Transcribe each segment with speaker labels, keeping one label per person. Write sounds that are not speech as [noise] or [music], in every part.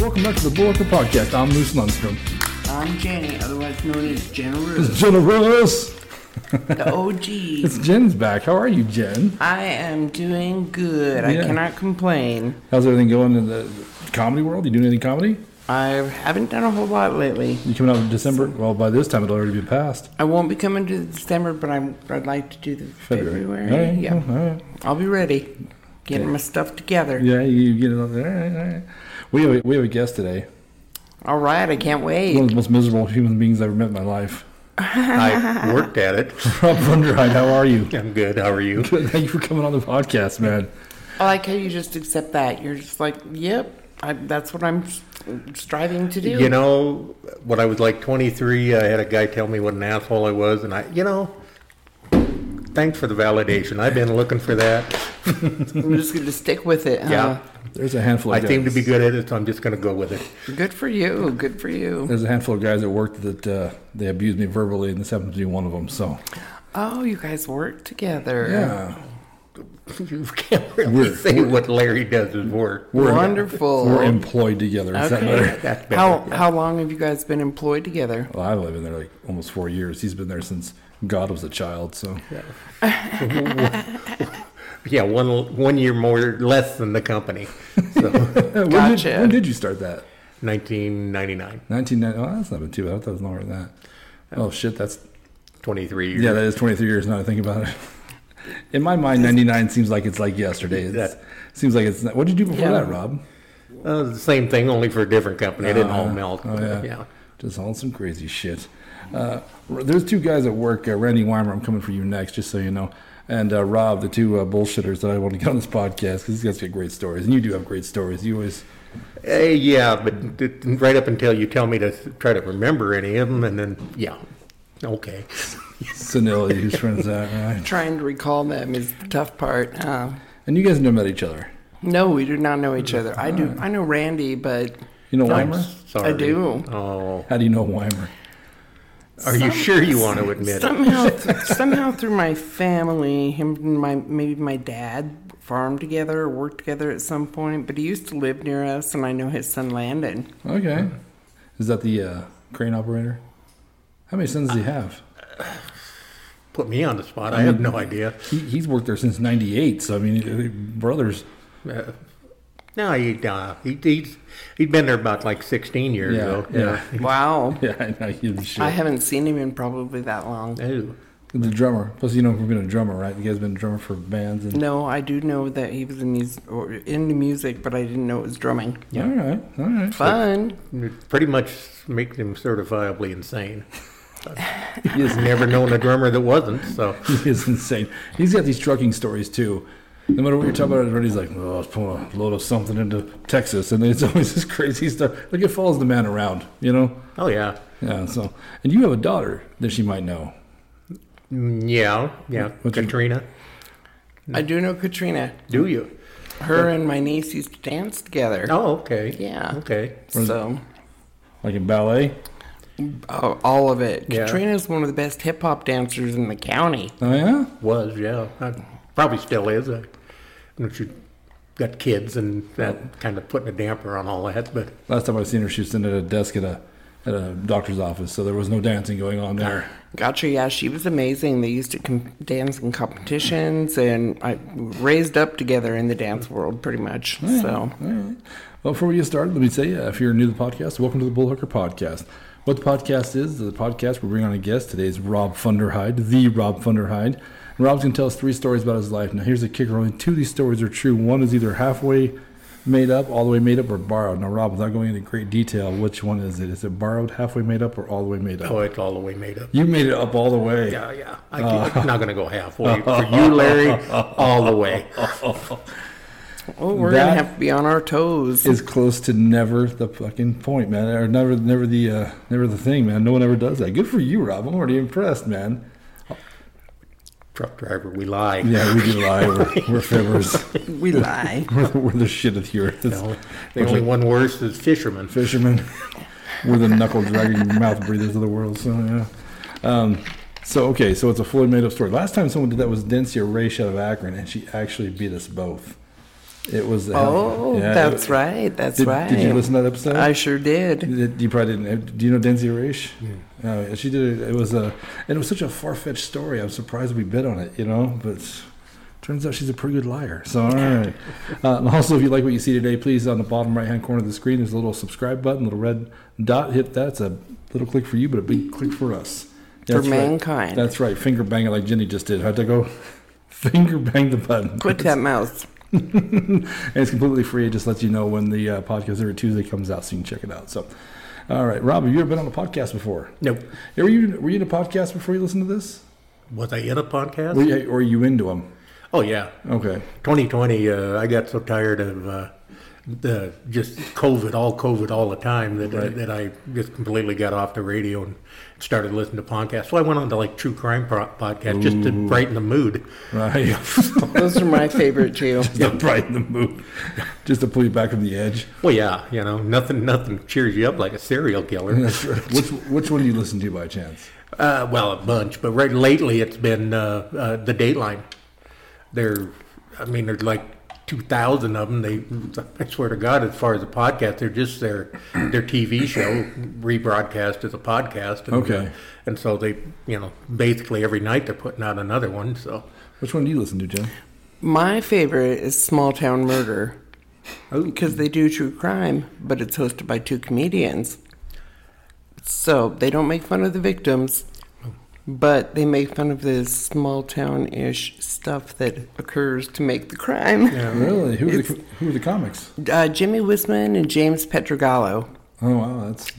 Speaker 1: welcome back to the Bullocker Podcast. I'm Moose Lundstrom.
Speaker 2: I'm Jenny, otherwise known as Jen Rue,
Speaker 1: [laughs] It's Generous.
Speaker 2: the
Speaker 1: It's
Speaker 2: OG.
Speaker 1: Jen's back. How are you, Jen?
Speaker 2: I am doing good.
Speaker 1: Yeah.
Speaker 2: I cannot complain.
Speaker 1: How's everything going in the comedy world? You doing any comedy?
Speaker 2: I haven't done a whole lot lately.
Speaker 1: You coming out in December? Well, by this time it'll already be past
Speaker 2: I won't be coming to December, but I'm, I'd like to do the
Speaker 1: February.
Speaker 2: February.
Speaker 1: All right, Uh-huh.
Speaker 2: Yeah,
Speaker 1: all right.
Speaker 2: I'll be ready. Getting my stuff together.
Speaker 1: Yeah, you get it on there. All right, all right. We have a, we have a guest today.
Speaker 2: All right, I can't
Speaker 1: One
Speaker 2: wait.
Speaker 1: of the most miserable human beings I've ever met in my life.
Speaker 3: I worked at it. [laughs]
Speaker 1: Rob Wonderhide, how are you? [laughs]
Speaker 3: I'm good. How are you?
Speaker 1: Thank you for coming on the podcast, man.
Speaker 2: I like how you just accept that. You're just like, yep, I, that's what I'm s- striving to do.
Speaker 3: You know, when I was like 23, I had a guy tell me what an asshole I was, and I, you know, thanks for the validation. I've been looking for that.
Speaker 2: I'm just going to stick with it.
Speaker 3: Yeah,
Speaker 1: There's a handful.
Speaker 3: I
Speaker 1: Of
Speaker 3: seem to
Speaker 1: guys-
Speaker 3: be good at it, so I'm just going to go with it. [laughs]
Speaker 2: huh? Good for you. Good for you.
Speaker 1: There's a handful of guys at work that uh, they abused me verbally, and this happens to be one of them. So
Speaker 2: Oh, you guys work together.
Speaker 1: yeah,
Speaker 3: You can't really
Speaker 1: We're-
Speaker 3: say what Larry does is work.
Speaker 1: We're-
Speaker 2: Wonderful.
Speaker 1: we're employed together. Is that better?
Speaker 3: That's better.
Speaker 2: How how long have you guys been employed together?
Speaker 1: Well, I've only been there like almost four years. He's been there since God was a child. So
Speaker 3: Yeah, one one year more less than the company. So
Speaker 1: When did-
Speaker 2: Gotcha.
Speaker 1: when did you start that?
Speaker 3: 1999,
Speaker 1: 1990. Oh, that's not been too bad. I thought it was longer than that. Oh shit, that's
Speaker 3: 23 years.
Speaker 1: yeah, that is 23 years. Now I think about it. [laughs] In my mind, 99 seems like it's like yesterday. It
Speaker 3: That-
Speaker 1: seems like it's. Not, what did you do before
Speaker 2: Yeah.
Speaker 1: that, Rob?
Speaker 3: Uh, the same thing, only for a different company. It didn't all
Speaker 1: Uh,
Speaker 3: melt.
Speaker 1: Oh, yeah.
Speaker 3: yeah.
Speaker 1: Just all some crazy shit. Uh, r- there's two guys at work, uh, Randy Weimer, I'm coming for you next, just so you know, and uh, Rob, the two uh, bullshitters that I want to get on this podcast because these guys get great stories, and you do have great stories. You always,
Speaker 3: Uh, yeah, but d- d- right up until you tell me to th- try to remember any of them, and then yeah, okay. [laughs]
Speaker 1: senility, whose friends that, [laughs] right?
Speaker 2: Trying to recall them is the tough part. Uh,
Speaker 1: And you guys never met each other.
Speaker 2: no, we do not know each other. I do. I know Randy, but
Speaker 1: You know
Speaker 3: I'm
Speaker 1: Weimer?
Speaker 3: sorry.
Speaker 2: I do.
Speaker 3: Oh,
Speaker 1: How do you know Weimer?
Speaker 3: are you sure you want to admit it?
Speaker 2: somehow somehow through my family, him and my maybe my dad farmed together or worked together at some point. But he used to live near us, and I know his son
Speaker 3: [laughs]
Speaker 2: Landon.
Speaker 1: Okay. Is that the uh, crane operator? How many sons does
Speaker 3: Uh,
Speaker 1: he have?
Speaker 3: Put me on the spot. I have no idea.
Speaker 1: He, he's worked there since 98, so I mean, uh, brothers. [laughs]
Speaker 3: Uh, no, he, uh, he he's he'd been there about like 16 years
Speaker 1: Yeah,
Speaker 3: ago.
Speaker 1: yeah.
Speaker 2: Wow.
Speaker 1: Yeah, I know. You're the shit.
Speaker 2: I haven't seen him in probably that long.
Speaker 3: Ew.
Speaker 1: The drummer. Plus, you know, we've been a drummer, right? You guys been a drummer for bands and.
Speaker 2: No, I do know that he was in these or into music, but I didn't know it was drumming.
Speaker 1: All right, all right. [laughs]
Speaker 3: [laughs]
Speaker 2: Fun.
Speaker 3: It pretty much makes him certifiably insane. [laughs] He's never known a drummer that wasn't. So
Speaker 1: He is insane. He's got these trucking stories too. No matter what you're talking about, everybody's like, "Oh, I was pulling a load of something into Texas," and it's [laughs] always this crazy stuff. Like it follows the man around, you know.
Speaker 3: oh yeah,
Speaker 1: Yeah. So, and you have a daughter that she might know.
Speaker 3: Mm, yeah, yeah.
Speaker 1: What's your-
Speaker 3: Katrina,
Speaker 2: I do know Katrina.
Speaker 3: do you?
Speaker 2: Her and my niece used to dance together.
Speaker 3: Oh, okay.
Speaker 2: Yeah.
Speaker 3: Okay.
Speaker 2: So,
Speaker 1: Like in ballet.
Speaker 2: oh, all of it.
Speaker 3: Yeah.
Speaker 2: Katrina's one of the best hip hop dancers in the county.
Speaker 1: Oh yeah.
Speaker 3: Was, yeah. Uh, Probably still is. I know she got kids and that kind of putting a damper on all that, but
Speaker 1: Last time I seen her, she was sitting at a desk at a at a doctor's office, so there was no dancing going on there.
Speaker 2: Gotcha. Yeah, she was amazing. They used to com- dance in competitions, and I raised up together in the dance world, pretty much. So,
Speaker 1: All right. Well, before we get started, let me say uh, if you're new to the podcast, welcome to the Bullhooker Podcast. What the podcast is, the podcast we bring on a guest. Today is Rob Funderhide, the Rob Funderhide. And Rob's going to tell us three stories about his life. Now, here's the kicker only two of these stories are true. One is either halfway made up, all the way made up, or borrowed. Now, Rob, without going into great detail, which one is it? Is it borrowed, halfway made up, or all the way made up?
Speaker 3: oh, it's all the way made up.
Speaker 1: You made it up all the way.
Speaker 3: Yeah, yeah. I can't, I'm not going to go halfway. For you, Larry, all the way.
Speaker 2: oh, we're going
Speaker 1: That-
Speaker 2: to have to be on our toes.
Speaker 1: Is close to never the fucking point, man, or never, never the, uh, never the thing, man. No one ever does that. Good for you, Rob. I'm already impressed, man.
Speaker 3: Truck driver, we lie.
Speaker 1: Yeah, we
Speaker 3: [laughs]
Speaker 1: do lie. We're, we're fibbers. [laughs]
Speaker 2: we lie.
Speaker 1: We're, the- we're the shit of the earth. It's
Speaker 3: No, the only one worse is fisherman.
Speaker 1: Fishermen. We're the knuckle
Speaker 3: [laughs]
Speaker 1: dragging mouth breathers of the world. So yeah. Um, so okay, so it's a fully made up story. Last time someone did that was Densia Raish out of Akron, and she actually beat us both. It was. a hell-
Speaker 2: Oh,
Speaker 1: yeah, it-
Speaker 2: that's right. That's
Speaker 1: Did,
Speaker 2: right.
Speaker 1: did you listen to that episode?
Speaker 2: I sure did.
Speaker 1: That You probably didn't. Do you know Denzi Rish? No, she did. It, it was a, and it was such a far fetched story. I'm surprised we bit on it, you know. But turns out she's a pretty good liar. So all right. Uh, and also, if you like what you see today, please on the bottom right hand corner of the screen, there's a little subscribe button, little red dot. Hit that. It's a little click for you, but a big click for us.
Speaker 2: For
Speaker 1: right.
Speaker 2: mankind.
Speaker 1: That's right. Finger bang it like Jenny just did. How'd that go? [laughs] Finger bang the button.
Speaker 2: Click that mouse.
Speaker 1: [laughs] and it's completely free. It just lets you know when the uh, podcast every Tuesday comes out, so you can check it out. So, all right, Rob, have you ever been on a podcast before?
Speaker 3: Nope.
Speaker 1: Were you were you in a podcast before you listened to this?
Speaker 3: Was I in a podcast?
Speaker 1: Were you, or are you into them?
Speaker 3: Oh yeah.
Speaker 1: Okay.
Speaker 3: 2020, uh, I got so tired of uh, the just COVID, all COVID, all the time that I, that I just completely got off the radio and started listening to podcasts. So I went on to like true crime pro- podcast just to brighten
Speaker 1: [laughs]
Speaker 3: the mood.
Speaker 1: Right.
Speaker 2: Those are my favorite [laughs] too.
Speaker 1: yeah, brighten the mood. Just to pull you back from the edge.
Speaker 3: Well, yeah, you know, nothing, nothing cheers you up like a serial killer.
Speaker 1: That's right. Which which one do you listen to by chance?
Speaker 3: Uh, well, a bunch, but right lately it's been uh, uh, the Dateline. There, I mean, there's like two thousand of them. They, I swear to God, as far as the podcast, they're just their their TV show rebroadcast as a podcast. And, uh,
Speaker 1: Okay.
Speaker 3: and so they, you know, basically every night they're putting out another one. So,
Speaker 1: Which one do you listen to, Jim?
Speaker 2: My favorite is Small Town Murder. Because they do true crime, but it's hosted by two comedians. So they don't make fun of the victims, but they make fun of the small town ish stuff that occurs to make the crime.
Speaker 1: Really? Who are the who are the comics?
Speaker 2: Uh, Jimmy Wisman and James Petragallo.
Speaker 1: Oh wow, that's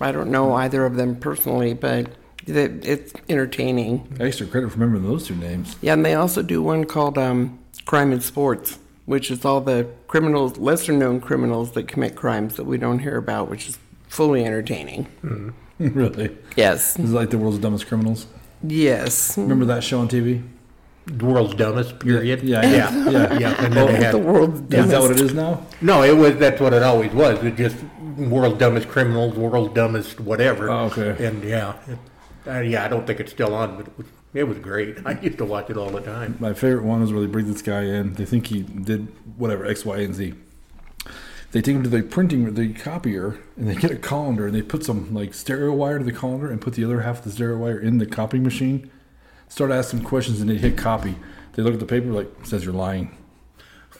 Speaker 2: I don't know either of them personally, but it- it's entertaining.
Speaker 1: extra credit for remembering those two names. [laughs]
Speaker 2: Yeah, and they also do one called um, Crime in Sports, which is all the criminals, lesser known criminals that commit crimes that we don't hear about, which is fully entertaining.
Speaker 1: really.
Speaker 2: Yes.
Speaker 1: This is like the world's dumbest criminals.
Speaker 2: Yes.
Speaker 1: Remember that show on TV?
Speaker 3: the world's dumbest period.
Speaker 1: Yeah,
Speaker 3: yeah,
Speaker 1: yeah,
Speaker 3: yeah.
Speaker 1: yeah.
Speaker 3: And then they had,
Speaker 2: The world's
Speaker 1: Is that
Speaker 2: dumbest.
Speaker 1: what it is now?
Speaker 3: no, it was that's what it always was. It just world's dumbest criminals, world's dumbest whatever.
Speaker 1: Oh, okay.
Speaker 3: And yeah, it, uh, yeah, I don't think it's still on, but it was, it was great. I used to watch it all the time.
Speaker 1: My favorite one is where they bring this guy in. They think he did whatever X, Y, and Z. They take him to the printing, the copier, and they get a colander and they put some like stereo wire to the colander and put the other half of the stereo wire in the copying machine. Start asking questions and they hit copy. They look at the paper like says you're lying.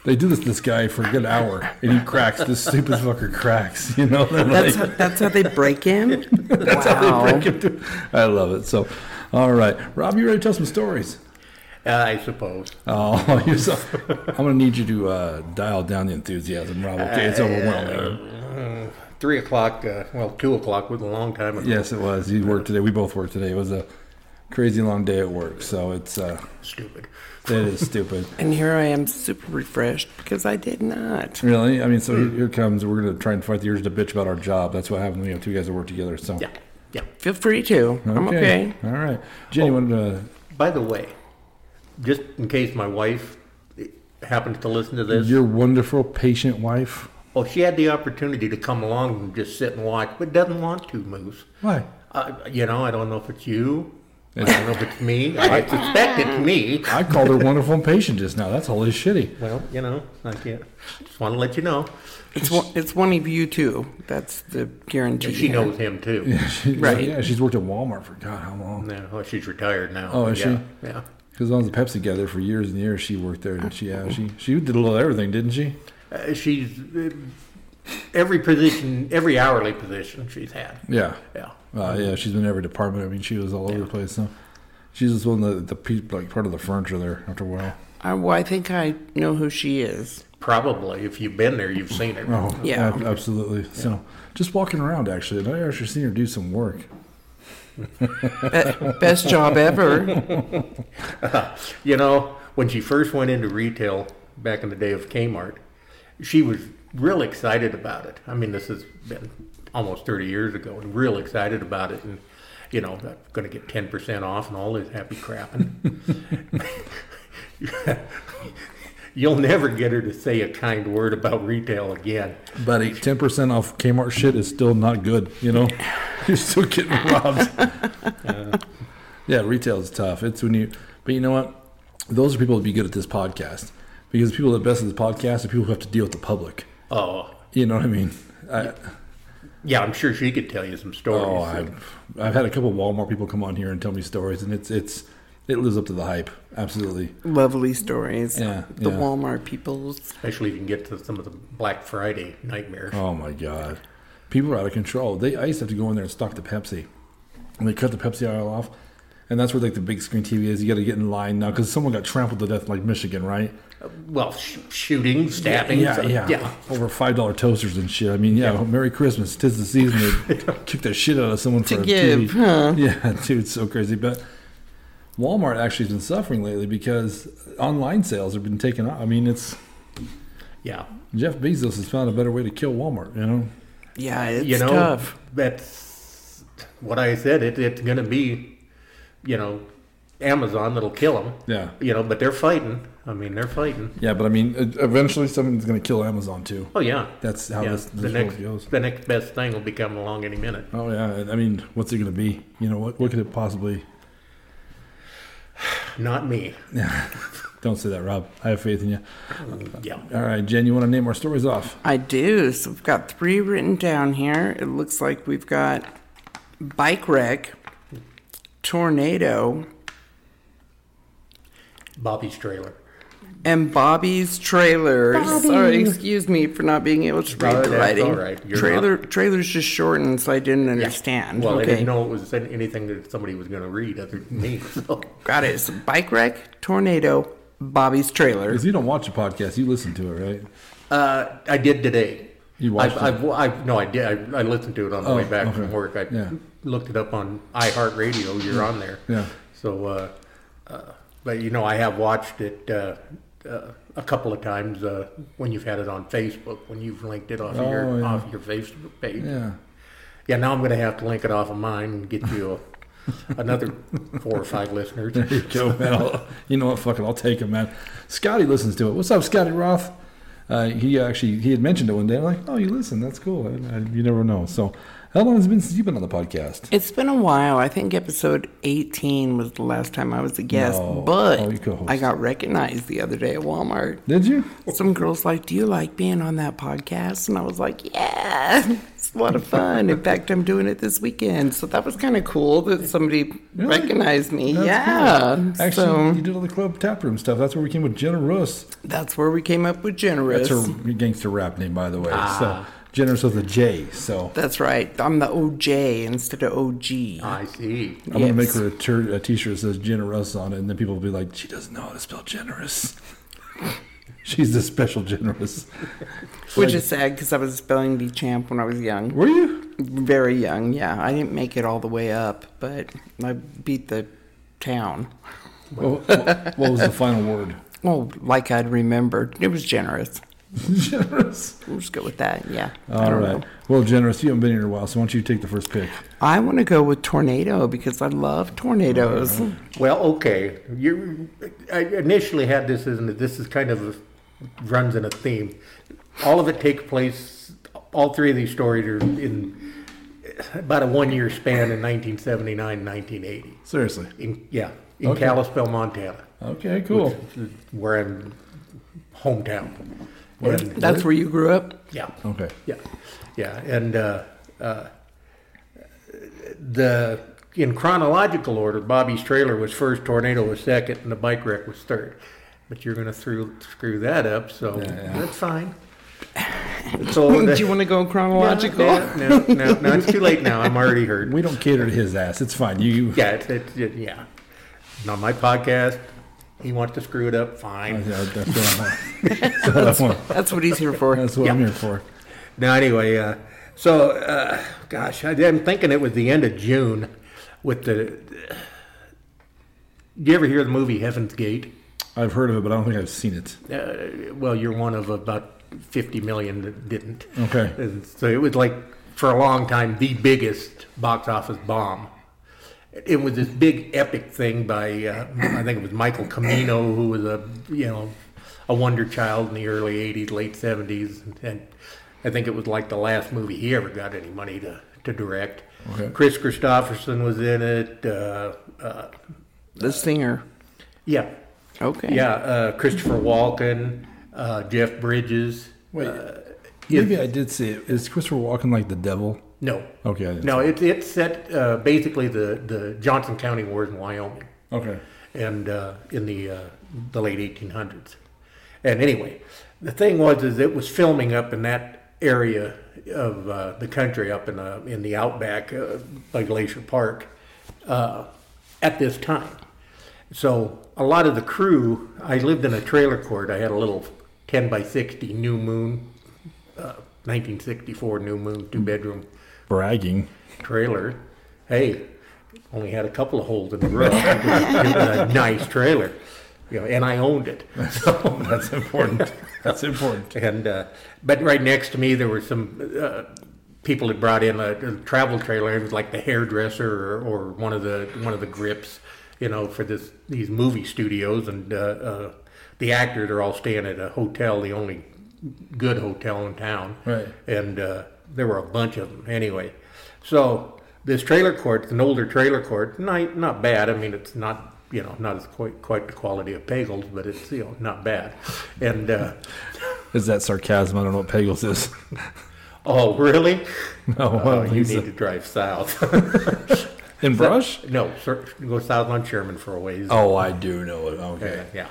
Speaker 1: They do this to this guy for a good hour and he cracks. This stupid fucker cracks. [laughs] You know. They're
Speaker 2: That's
Speaker 1: like-
Speaker 2: how, that's how they break in? that's wow.
Speaker 1: I love it. So, all right, Rob, you ready to tell some stories?
Speaker 3: Uh, I suppose.
Speaker 1: Oh, you're so, I'm gonna need you to uh, dial down the enthusiasm, Rob. Okay, it's overwhelming.
Speaker 3: Three o'clock, uh, well, two o'clock was a long time ago.
Speaker 1: Yes, it was. You worked today. We both worked today. It was a crazy long day at work, so it's uh,
Speaker 3: Stupid.
Speaker 1: it is stupid.
Speaker 2: And here I am super refreshed because I did not.
Speaker 1: Really? I mean, so here, here comes. We're gonna try and fight the urge to bitch about our job. That's what happens when you have two guys that work together. So
Speaker 3: Yeah, yeah.
Speaker 2: Feel free to. I'm okay.
Speaker 1: All right, Jenny wanted to.
Speaker 3: By the way, just in case my wife eh, happens to listen to this,
Speaker 1: Oh. Your wonderful, patient wife.
Speaker 3: oh, she had the opportunity to come along and just sit and watch, but doesn't want to, Moose.
Speaker 1: Why?
Speaker 3: Uh, you know, I don't know if it's you. I don't know if
Speaker 1: [laughs]
Speaker 3: it's me. I suspect it's me.
Speaker 1: I called her [laughs] wonderful and patient just now. That's holy shitty.
Speaker 3: Well, you know, I can't. Just want to let you know.
Speaker 2: It's one, it's one of you two. That's the guarantee.
Speaker 3: She
Speaker 2: here.
Speaker 3: knows him too.
Speaker 1: She-
Speaker 2: Right.
Speaker 1: Yeah, she's worked at Walmart for God how long?
Speaker 3: Yeah, well, she's retired now.
Speaker 1: Oh, is she?
Speaker 3: yeah, Yeah.
Speaker 1: Because on the Pepsi guy there for years and years, she worked there, and she yeah, she she did a little of everything, didn't she?
Speaker 3: Uh, she's uh, every position, every hourly position she's had.
Speaker 1: Yeah,
Speaker 3: Yeah.
Speaker 1: uh, yeah. She's been in every department. I mean, she was all over the place. So she's just one of the, the pe- like part of the furniture there after a while.
Speaker 2: I, well, I think I know who she is.
Speaker 3: Probably, if you've been there, you've seen her.
Speaker 1: Oh,
Speaker 2: Yeah.
Speaker 1: ab- absolutely. So just walking around actually, and I actually seen her do some work.
Speaker 2: Be- best job ever.
Speaker 3: You know, when she first went into retail back in the day of Kmart, she was real excited about it. I mean, this has been almost 30 years ago, and real excited about it. And, you know, I'm going to get 10% off and all this happy crap. And [laughs] You'll never get her to say a kind word about retail again.
Speaker 1: Buddy, ten percent off Kmart shit is still not good. You know, [laughs] you're still getting robbed. yeah, retail is tough. It's when you, but you know what? Those are people that be good at this podcast because the people that best at the podcast are people who have to deal with the public.
Speaker 3: Oh,
Speaker 1: You know what I mean? I,
Speaker 3: yeah, I'm sure she could tell you some stories.
Speaker 1: oh, I've, I've had a couple Walmart people come on here and tell me stories, and it's it's it lives up to the hype. Absolutely.
Speaker 2: Lovely stories.
Speaker 1: Yeah,
Speaker 2: The
Speaker 1: yeah.
Speaker 2: Walmart people's.
Speaker 3: Especially if you can get to some of the Black Friday nightmares.
Speaker 1: Oh my god, people are out of control. They I used to have to go in there and stock the Pepsi, and they cut the Pepsi aisle off, and that's where like the big screen TV is. You got to get in line now because someone got trampled to death in, like Michigan, right?
Speaker 3: Well, sh- shooting, stabbing.
Speaker 1: Uh, yeah, yeah, Over five dollar toasters and shit. I mean, yeah, Merry Christmas. Tis the season [laughs] to kick the shit out of someone for
Speaker 2: To
Speaker 1: a
Speaker 2: give,
Speaker 1: TV.
Speaker 2: huh?
Speaker 1: [laughs] Yeah, dude, it's so crazy. But Walmart actually has been suffering lately because online sales have been taken off. I mean, it's
Speaker 3: yeah.
Speaker 1: Jeff Bezos has found a better way to kill Walmart. You know,
Speaker 2: Yeah, it's
Speaker 3: you know,
Speaker 2: tough.
Speaker 3: that's what I said. It, it's going to be, you know, Amazon that'll kill them.
Speaker 1: yeah.
Speaker 3: You know, but they're fighting. I mean, they're fighting.
Speaker 1: Yeah, but I mean, e- eventually someone's going to kill Amazon too.
Speaker 3: Oh yeah,
Speaker 1: That's how
Speaker 3: yeah.
Speaker 1: this,
Speaker 3: the
Speaker 1: this
Speaker 3: next,
Speaker 1: world goes.
Speaker 3: the next best thing will be coming along any minute.
Speaker 1: Oh yeah, I mean, what's it going to be? You know, what what could it possibly? [laughs]
Speaker 3: Not me.
Speaker 1: Don't say that, Rob. I have faith in you.
Speaker 3: Yeah.
Speaker 1: All right, Jen, you want to name our stories off?
Speaker 2: I do. So we've got three written down here. It looks like we've got bike wreck, tornado,
Speaker 3: Bobby's trailer.
Speaker 2: and Bobby's trailer. Sorry, excuse me for not being able to read
Speaker 3: No,
Speaker 2: the
Speaker 3: that's
Speaker 2: writing.
Speaker 3: all right. You're
Speaker 2: Trailer trailer's just shortened, so I didn't understand.
Speaker 3: Well, I
Speaker 2: okay,
Speaker 3: didn't know it was anything that somebody was going to read other than me. [laughs] So.
Speaker 2: got it. So bike wreck, tornado, Bobby's trailer.
Speaker 1: Because you don't watch a podcast, you listen to it, right?
Speaker 3: Uh, I did today.
Speaker 1: You watched
Speaker 3: I've, I've, I've, no, I did. I, I listened to it on the
Speaker 1: Oh,
Speaker 3: way back
Speaker 1: okay.
Speaker 3: from work. I
Speaker 1: Yeah.
Speaker 3: looked it up on iHeartRadio. You're on there.
Speaker 1: Yeah.
Speaker 3: So, uh, uh, but you know, I have watched it uh, uh, a couple of times uh, when you've had it on Facebook, when you've linked it off of
Speaker 1: Oh,
Speaker 3: your
Speaker 1: yeah.
Speaker 3: off your Facebook page.
Speaker 1: [laughs] Yeah.
Speaker 3: Yeah, Now I'm going to have to link it off of mine and get you a, another four or five listeners.
Speaker 1: [laughs] There you go, man. I'll, you know what? Fuck it. I'll take him, man. Scotty listens to it. What's up, Scotty Roth? Uh, he actually he had mentioned it one day. I'm like, oh, you listen. That's cool. I, I, you never know. So, how long has it been since you've been on the podcast?
Speaker 2: It's been a while. I think episode 18 was the last time I was a guest,
Speaker 1: No.
Speaker 2: but
Speaker 1: Oh, you co-host.
Speaker 2: I got recognized the other day at Walmart.
Speaker 1: Did you?
Speaker 2: Some girls like, "Do you like being on that podcast?" And I was like, "Yeah, [laughs] it's a lot of fun." In fact, I'm doing it this weekend, so that was kind of cool that somebody
Speaker 1: Really?
Speaker 2: recognized me.
Speaker 1: That's
Speaker 2: yeah,
Speaker 1: cool. Actually,
Speaker 2: so
Speaker 1: you did all the club taproom stuff. That's where we came with Jenna Roos.
Speaker 2: that's where we came up with generous.
Speaker 1: That's her
Speaker 2: That's,
Speaker 1: gangster rap name, by the way.
Speaker 2: Ah.
Speaker 1: So, Jenna's with a J. So,
Speaker 2: right. I'm the OJ instead of OG.
Speaker 3: I see.
Speaker 1: I'm gonna make
Speaker 2: Yes.
Speaker 1: her a tur- a T-shirt that says generous on it, and then people will be like, "She doesn't know how to spell generous. [laughs] She's the special generous."
Speaker 2: which is sad because I was spelling bee champ when I was young.
Speaker 1: Were you?
Speaker 2: Very young, yeah. I didn't make it all the way up, but I beat the town.
Speaker 1: What, what- what was the final word?
Speaker 2: Well, like I'd remembered. It was generous.
Speaker 1: generous.
Speaker 2: We'll just go with that, yeah. [laughs] I
Speaker 1: All
Speaker 2: don't
Speaker 1: right.
Speaker 2: know.
Speaker 1: Well, generous. You haven't been here in a while, so why don't you take the first pick?
Speaker 2: I want to go with tornado because I love tornadoes.
Speaker 3: Oh, Well, okay. You, I initially had this as an, this is kind of runs in a theme. All of it takes place. All three of these stories are in about a one-year span in 1979, 1980.
Speaker 1: Seriously.
Speaker 3: In, yeah, in
Speaker 1: Okay.
Speaker 3: Kalispell, Montana,
Speaker 1: Okay. Cool.
Speaker 3: where I'm hometown.
Speaker 1: What?
Speaker 3: And-
Speaker 2: That's where you grew
Speaker 3: [laughs]
Speaker 2: up?
Speaker 3: yeah.
Speaker 1: Okay.
Speaker 3: Yeah, yeah, and uh, uh, the in chronological order, Bobby's trailer was first, tornado was second, and the bike wreck was third. But you're gonna through, screw that up, so
Speaker 1: yeah.
Speaker 2: [laughs]
Speaker 3: that's fine. So
Speaker 2: Do you want to go chronological?
Speaker 3: No, no, no, no, it's too late now. I'm already hurt.
Speaker 1: We don't cater to his ass. It's fine. You. [laughs]
Speaker 3: Yeah, it's, it's it, yeah. Not my podcast. He wants to screw it up. Fine.
Speaker 1: Yeah, that's what I'm,
Speaker 2: [laughs]
Speaker 1: that's what I want.
Speaker 2: That's what he's here for.
Speaker 1: That's what I'm here for.
Speaker 3: Now, anyway, uh, so uh, gosh, I, I'm thinking it was the end of June with the. Do you ever hear the movie Heaven's Gate?
Speaker 1: I've heard of it, but I don't think I've seen it.
Speaker 3: Uh, well, you're one of about 50 million that didn't.
Speaker 1: Okay.
Speaker 3: And so it was like, for a long time, the biggest box office bomb. It was this big epic thing by, uh, I think it was Michael Camino, who was a, you know, a wonder child in the early 80s, late 70s. And I think it was like the last movie he ever got any money to, to direct.
Speaker 1: Okay.
Speaker 3: Chris Christopherson was in it. Uh, uh,
Speaker 2: The singer.
Speaker 3: yeah.
Speaker 2: Okay.
Speaker 3: Yeah, uh, Christopher Walken, uh, Jeff Bridges.
Speaker 1: Wait,
Speaker 3: uh,
Speaker 1: maybe I did see it. Is Christopher Walken like the devil?
Speaker 3: no,
Speaker 1: Okay, I didn't
Speaker 3: no, it's it's set uh, basically the the Johnson County Wars in Wyoming,
Speaker 1: Okay.
Speaker 3: and uh, in the uh, the late 1800s. And anyway, the thing was is it was filming up in that area of uh, the country, up in uh, in the outback uh, by Glacier Park, uh, at this time. So a lot of the crew, I lived in a trailer court. I had a little 10 by 60 new moon, uh, 1964 new moon, two bedroom
Speaker 1: Bragging.
Speaker 3: trailer. Hey, only had a couple of holes in the roof. [laughs] it was a nice trailer, you know, and I owned it. [laughs] So,
Speaker 1: That's important. [laughs] That's important.
Speaker 3: and uh, but right next to me there were some uh, people that brought in a, a travel trailer. It was like the hairdresser or, or one of the one of the grips, you know, for this these movie studios. And uh, uh, the actors are all staying at a hotel, the only good hotel in town
Speaker 1: Right.
Speaker 3: and uh, there were a bunch of them anyway. So this trailer court, it's an older trailer court, not not bad. I mean, it's not you know not as quite quite the quality of Pagels, but it's you know not bad. And uh,
Speaker 1: Is that sarcasm? I don't know what Pagels is. [laughs]
Speaker 3: oh really?
Speaker 1: No,
Speaker 3: Oh, you
Speaker 1: he's a-
Speaker 3: need to drive south.
Speaker 1: in [laughs] Brush?
Speaker 3: no, sir, go south on Sherman for a ways.
Speaker 1: Oh, I do know it. Okay.
Speaker 3: yeah.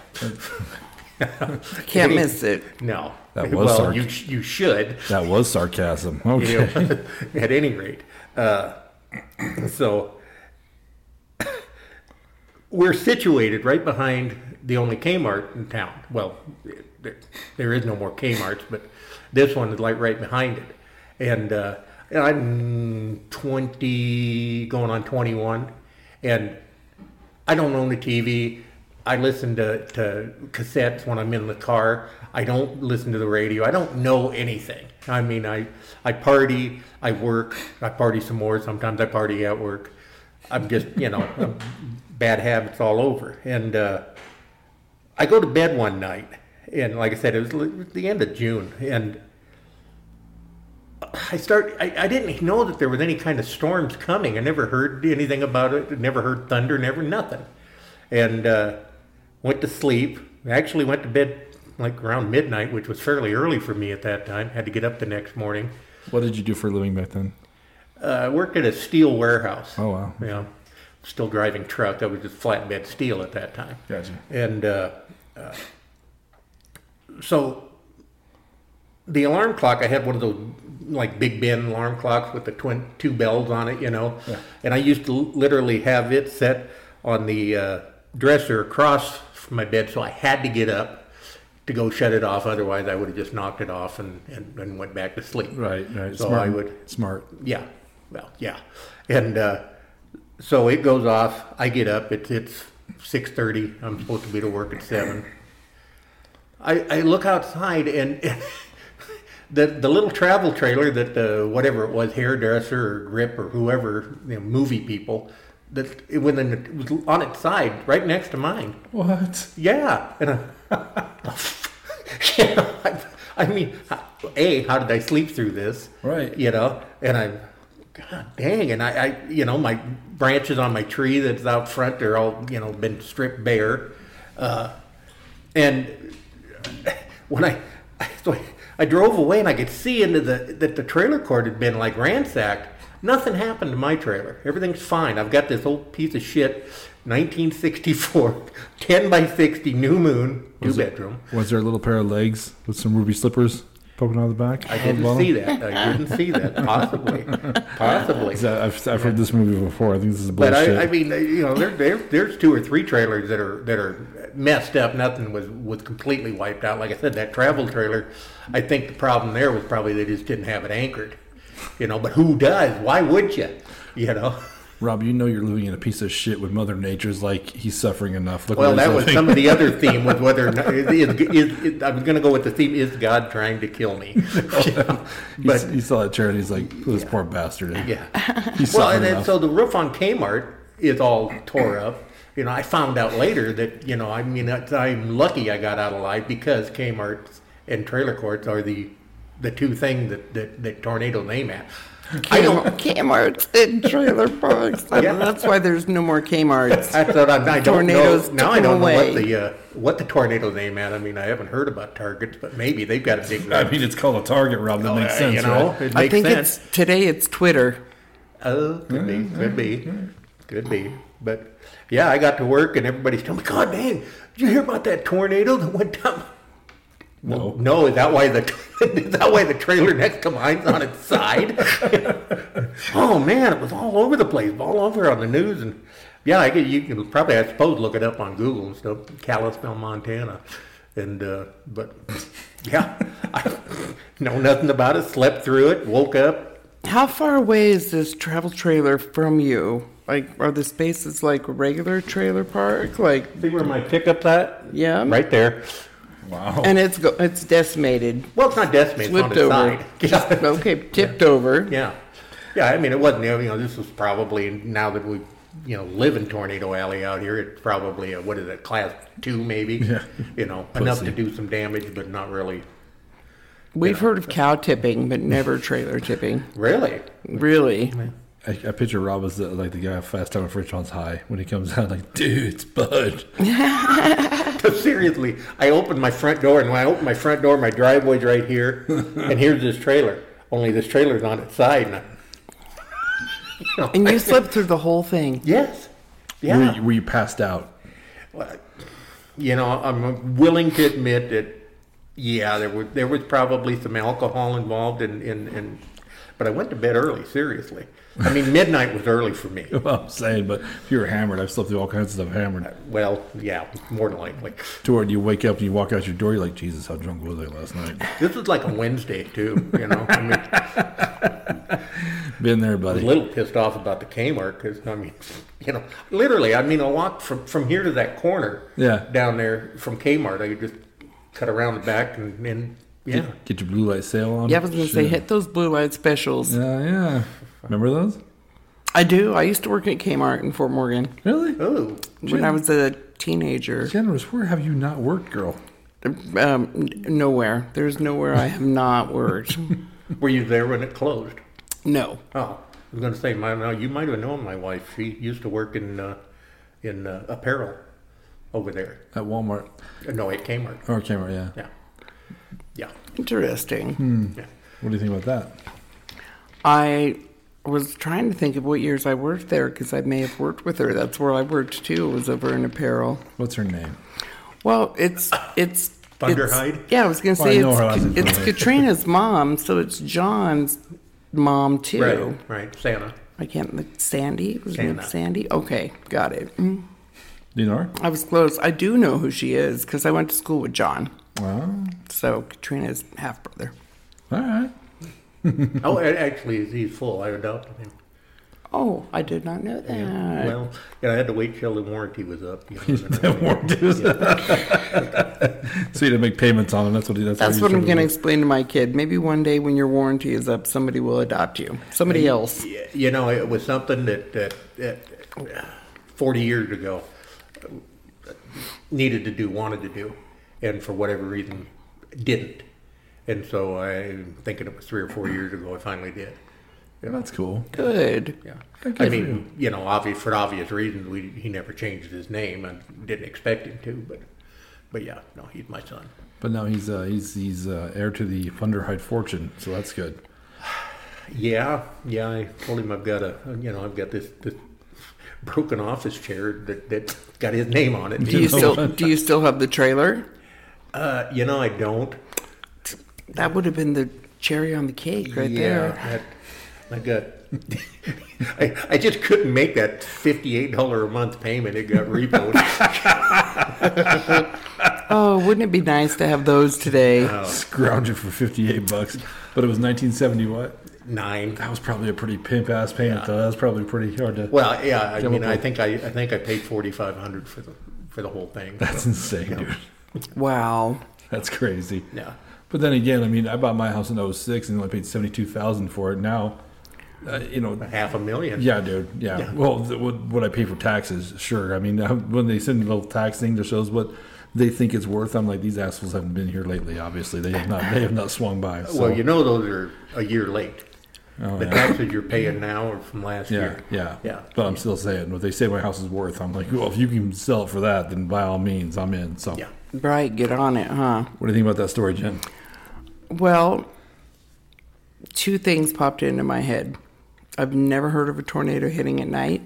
Speaker 3: yeah.
Speaker 2: Can't miss it.
Speaker 3: No.
Speaker 1: That was
Speaker 3: well,
Speaker 1: sarc-
Speaker 3: you sh- you should.
Speaker 1: That was sarcasm. Okay.
Speaker 3: you know, [laughs] at any rate. Uh, so we're situated right behind the only Kmart in town. Well, there, there is no more Kmart's, but this one is like right behind it. And, uh, and I'm 20, going on 21, and I don't own a TV. I listen to, to cassettes when I'm in the car. I don't listen to the radio. I don't know anything. I mean, I, I party, I work, I party some more. Sometimes I party at work. I'm just, you know, I'm- bad habits all over. And uh, I go to bed one night, and like I said, it was li- the end of June, and I start. I, I didn't know that there was any kind of storms coming. I never heard anything about it. Never heard thunder. Never nothing. And uh, went to sleep. I actually went to bed like around midnight, which was fairly early for me at that time. Had to get up the next morning.
Speaker 1: What did you do for a living back then?
Speaker 3: Uh, I worked at a steel warehouse.
Speaker 1: Oh, wow.
Speaker 3: Yeah, still driving truck. I was just flatbed steel at that time.
Speaker 1: Gotcha.
Speaker 3: And uh, uh, so the alarm clock, I had one of those like Big Ben alarm clocks with the twin two bells on it, you know. And I used to literally have it set on the uh, dresser across from my bed, so I had to get up to go shut it off. Otherwise, I would have just knocked it off and, and, and went back to sleep.
Speaker 1: Right, right.
Speaker 3: So
Speaker 1: smart.
Speaker 3: I would
Speaker 1: Smart.
Speaker 3: yeah. Well, yeah. And uh, so it goes off. I get up. It's it's six thirty. I'm supposed to be to work at seven. I, I look outside and, and [laughs] the the little travel trailer that the whatever it was hairdresser or grip or whoever you know, movie people that it, when it was on its side right next to mine.
Speaker 1: What?
Speaker 3: Yeah, and I, [laughs] Yeah, I, I mean, a how did I sleep through this?
Speaker 1: Right.
Speaker 3: You know, and I, God dang, and I, I, you know, my branches on my tree that's out front they're all you know been stripped bare, uh, and when I, so I, I drove away and I could see into the that the trailer court had been like ransacked. Nothing happened to my trailer. Everything's fine. I've got this old piece of shit, [laughs] 1964, 10 by 60 new moon, two bedroom.
Speaker 1: Was there a little pair of legs with some ruby slippers poking out of the back?
Speaker 3: I didn't see that. I didn't see that. Possibly, possibly.
Speaker 1: I've, I've heard this movie before. I think this is
Speaker 3: But
Speaker 1: bullshit.
Speaker 3: I, I mean, you know, there, there, there's two or three trailers that are that are messed up. Nothing was was completely wiped out. Like I said, that travel trailer. I think the problem there was probably they just didn't have it anchored. You know, but who does? Why would you? You know.
Speaker 1: Rob, you know you're living in a piece of shit with Mother Nature's like he's suffering enough. Look
Speaker 3: Well,
Speaker 1: what he's
Speaker 3: that was
Speaker 1: living.
Speaker 3: some of the other theme [laughs] with whether or not is, is, is, I was going to go with the theme is God trying to kill me. [laughs] Yeah.
Speaker 1: He s-
Speaker 3: But
Speaker 1: he saw that chair and [laughs] he's like, "Look at this poor bastard.
Speaker 3: yeah.
Speaker 1: [laughs] He's
Speaker 3: Well,
Speaker 1: suffering
Speaker 3: and then
Speaker 1: enough."
Speaker 3: so the roof on Kmart is all tore up. You know, I found out later that you know, I mean, that's- I'm lucky I got out alive because Kmart's and trailer courts are the the two things that that, that tornadoes aim at.
Speaker 2: Kmart, Kmart's in trailer parks. I
Speaker 3: Yeah.
Speaker 2: mean, that's why there's no more Kmart's.
Speaker 3: I thought I, I don't know.
Speaker 2: Tornadoes
Speaker 3: Now
Speaker 2: took
Speaker 3: I don't
Speaker 2: them
Speaker 3: know
Speaker 2: away.
Speaker 3: what the uh, what the tornado's aim at. I mean, I haven't heard about targets, but maybe they've got a big.
Speaker 1: I mean, it's called a target, Rob. That makes
Speaker 3: Uh,
Speaker 1: sense,
Speaker 3: you know,
Speaker 1: right?
Speaker 3: it makes
Speaker 2: I think
Speaker 3: sense.
Speaker 2: it's today. It's Twitter.
Speaker 3: Oh, could be, could be, could be. But yeah, I got to work and everybody's telling me, "God, man, did you hear about that tornado that went down?"
Speaker 1: No.
Speaker 3: No, is that why the [laughs] is that why the trailer next to mine's on its side? oh man, it was all over the place, all over on the news, and yeah, I could, you can probably I suppose look it up on Google and stuff, Kalispell, Montana, and uh, but [laughs] yeah, I [laughs] know nothing about it. Slept through it, woke up.
Speaker 2: How far away is this travel trailer from you? Like, are the spaces like a regular trailer park? Like,
Speaker 3: See where my pickup's at?
Speaker 2: yeah.
Speaker 3: Right there.
Speaker 1: Wow.
Speaker 2: And it's go- it's decimated.
Speaker 3: Well, it's not decimated. It's on
Speaker 2: Flipped
Speaker 3: its
Speaker 2: over.
Speaker 3: side. [laughs] Yeah.
Speaker 2: Okay,
Speaker 3: [laughs]
Speaker 2: tipped over.
Speaker 3: yeah. Yeah, I mean, it wasn't, you know, this was probably, now that we, you know, live in Tornado Alley out here, it's probably, a, what is it, class two maybe?
Speaker 1: Yeah.
Speaker 3: You know, enough
Speaker 1: Pussy.
Speaker 3: to do some damage, but not really.
Speaker 2: We've heard of cow tipping, but never trailer tipping.
Speaker 3: Really? [laughs]
Speaker 2: Really?
Speaker 1: I, I picture Rob as the, like the guy fast time at Frichon's High when he comes out, like, dude, it's Bud.
Speaker 3: Seriously, I opened my front door, and when I opened my front door, my driveway's right
Speaker 1: [laughs]
Speaker 3: here, and here's this trailer. Only this trailer's on its side. And I, [laughs] You know,
Speaker 2: And you slept through the whole thing.
Speaker 3: yes. Yeah.
Speaker 1: Were, you, were you passed out? [laughs]
Speaker 3: Well, you know, I'm willing to admit that, yeah, there was there was probably some alcohol involved, and in, in, in, but I went to bed early. Seriously, I mean, midnight was early for me.
Speaker 1: Well, I'm saying, but if you were hammered, I've slept through all kinds of stuff hammered.
Speaker 3: Well, yeah, more than likely.
Speaker 1: To where you wake up and you walk out your door, you're like, Jesus, how drunk was I last night? [laughs]
Speaker 3: This was like a Wednesday too. You know, I mean, I
Speaker 1: Been there,
Speaker 3: was a
Speaker 1: buddy.
Speaker 3: little pissed off about the Kmart because I mean, you know, literally, I mean, I walked from from here to that corner.
Speaker 1: Yeah.
Speaker 3: Down there from Kmart, I just cut around the back and, and yeah.
Speaker 1: Get your blue light sail on.
Speaker 2: Yeah, I was gonna say
Speaker 1: Shit.
Speaker 2: hit those blue light specials.
Speaker 1: Yeah, Uh, yeah. Remember those?
Speaker 2: I do. I used to work at Kmart in Fort Morgan
Speaker 1: Really?
Speaker 3: Oh,
Speaker 2: when I was a teenager.
Speaker 1: Generous, where have you not worked, girl?
Speaker 2: Um, n- nowhere. There's nowhere I have not
Speaker 3: [laughs]
Speaker 2: worked.
Speaker 3: were you there when it closed?
Speaker 2: No.
Speaker 3: Oh, I was going to say, my, now you might have known my wife. She used to work in uh, in uh, apparel over there.
Speaker 1: At Walmart.
Speaker 3: Uh, No, at Kmart.
Speaker 1: Or camera, yeah.
Speaker 3: Yeah, yeah,
Speaker 2: Interesting.
Speaker 3: yeah.
Speaker 1: What do you think about that?
Speaker 2: I was trying to think of what years I worked there because I may have worked with her. That's where I worked too. Was over in apparel.
Speaker 1: What's her name?
Speaker 2: Well, it's it's
Speaker 3: Thunderhide?
Speaker 2: it's- Yeah, I was gonna
Speaker 1: Well, I
Speaker 2: say
Speaker 1: know her last
Speaker 2: it's,
Speaker 1: name's
Speaker 2: it's
Speaker 1: Thunderhide.
Speaker 2: Katrina's mom, so it's John's mom too.
Speaker 3: Right, right. Santa.
Speaker 2: I can't. Like Sandy was her name
Speaker 3: Santa.
Speaker 2: Sandy. Okay, got it. Mm,
Speaker 1: Do you know her?
Speaker 2: I was close. I do know who she is because I went to school with John.
Speaker 1: Wow.
Speaker 2: So Katrina's half brother.
Speaker 1: All right. [laughs]
Speaker 3: oh, a- actually, he's- he's full. I adopted him.
Speaker 2: Oh, I did not know that.
Speaker 3: Yeah. Well, yeah, I had to wait till the warranty was up. You know, and I-
Speaker 1: That warranty was- [laughs] so you didn't make payments on them. That's what. That's,
Speaker 2: That's
Speaker 1: you
Speaker 2: what I'm
Speaker 1: should
Speaker 2: going to
Speaker 1: have
Speaker 2: explain to my kid. Maybe one day when your warranty is up, somebody will adopt you. Somebody else.
Speaker 3: Yeah, you know, it was something that, that, that uh, 40 years ago uh, needed to do, wanted to do, and for whatever reason didn't. And so I'm thinking it was three or four years ago I finally did.
Speaker 1: done. That's cool.
Speaker 2: Good.
Speaker 3: Yeah.
Speaker 1: Good
Speaker 3: I
Speaker 1: for
Speaker 3: mean, you know, obvious for obvious reasons, we, he never changed his name and didn't expect him to, but, but yeah, no, he's my son.
Speaker 1: But now he's uh, he's he's uh, heir to the Thunderhide fortune, so that's good.
Speaker 3: Yeah, yeah. I told him I've got a, you know, I've got this, this broken office chair that that got his name on [laughs] it.
Speaker 2: Do you still do you still have the trailer?
Speaker 3: Uh, you know, I don't.
Speaker 2: That would have been the cherry on the cake right there.
Speaker 3: Yeah, that, I got. [laughs] I, I just couldn't make that fifty-eight dollar a month payment. It got
Speaker 1: [laughs]
Speaker 3: repoed.
Speaker 2: Oh, wouldn't it be nice to have those today?
Speaker 1: Oh. Scrounge it for fifty-eight bucks, but it was nineteen seventy. What?
Speaker 3: Nine.
Speaker 1: That was probably a pretty pimp-ass payment, though. That was probably pretty hard to.
Speaker 3: Well, yeah. I mean,
Speaker 1: Double.
Speaker 3: I think I, I think I paid forty-five hundred for the for the whole
Speaker 1: [laughs]
Speaker 3: thing.
Speaker 1: that's insane, dude.
Speaker 2: Wow.
Speaker 1: That's crazy.
Speaker 3: Yeah.
Speaker 1: But then again, I mean, I bought my house in 06 and only paid seventy-two thousand for it. Now, uh, you know,
Speaker 3: Half a million.
Speaker 1: Yeah, dude. Yeah. Well, th- what, what I pay for taxes, sure. I mean, [laughs] uh, when they send a little tax thing that shows what they think it's worth, I'm like, these assholes
Speaker 3: [laughs]
Speaker 1: haven't been here lately. Obviously, they have not. They have not swung by. So.
Speaker 3: Well, you know, those are a year late.
Speaker 1: Oh,
Speaker 3: the
Speaker 1: yeah.
Speaker 3: taxes you're paying now are from last
Speaker 1: Yeah,
Speaker 3: year.
Speaker 1: yeah,
Speaker 3: Yeah.
Speaker 1: But I'm still saying, what they say my house is worth. I'm like, well, if you can sell it for that, then by all means, I'm in. So,
Speaker 3: Yeah.
Speaker 2: Right, get on it, huh?
Speaker 1: what do you think about that story,
Speaker 3: [laughs]
Speaker 1: Jen?
Speaker 2: Well, two things popped into my head. I've never heard of a tornado hitting at night.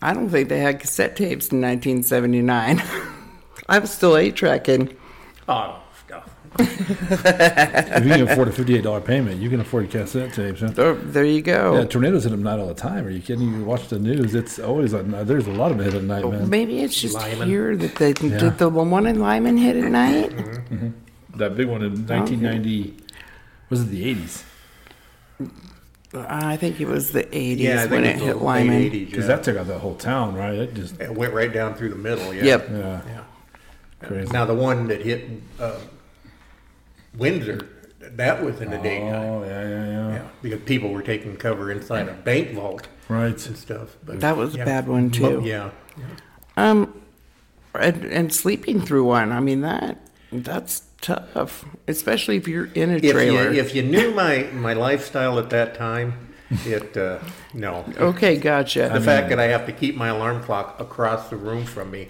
Speaker 2: I don't think they had cassette tapes in 1979. [laughs] I was still eight tracking.
Speaker 3: Oh, stuff.
Speaker 1: if you can afford a fifty-eight dollar payment, you can afford cassette tapes. Huh?
Speaker 2: There, there you go.
Speaker 1: Yeah, tornadoes hit them night all the time. Are you kidding? You watch the news; it's always at night. There's a lot of it hit at night, man.
Speaker 2: Maybe it's just
Speaker 3: Lyman.
Speaker 2: here that they did the one in Lyman hit at night.
Speaker 3: Mm-hmm.
Speaker 1: That big one in 1990 was it the 80s?
Speaker 2: I think it was the 80s
Speaker 3: Yeah, I
Speaker 2: when
Speaker 3: think
Speaker 2: it
Speaker 3: it's the
Speaker 2: hit
Speaker 3: late
Speaker 2: Lyman.
Speaker 3: 80s,
Speaker 1: Because
Speaker 3: yeah.
Speaker 1: that took out the whole town, right? That just
Speaker 3: It went right down through the middle. Yeah.
Speaker 2: Yep.
Speaker 1: yeah,
Speaker 3: Yeah.
Speaker 1: crazy.
Speaker 3: Now the one that hit uh, Windsor, that was in the daytime.
Speaker 1: oh yeah, yeah, yeah,
Speaker 3: Yeah, because people were taking cover inside a bank vault
Speaker 1: Right.
Speaker 3: and stuff. But
Speaker 2: That was a
Speaker 3: yeah.
Speaker 2: bad one,
Speaker 3: But,
Speaker 2: too.
Speaker 3: yeah,
Speaker 2: Um, and, and sleeping through one. I mean that that's tough, especially if you're in a
Speaker 3: if
Speaker 2: trailer.
Speaker 3: you, if you knew my, my lifestyle at that time, it uh,
Speaker 2: [laughs]
Speaker 3: no.
Speaker 2: okay, gotcha.
Speaker 3: The fact that I have to keep my alarm clock across the room from me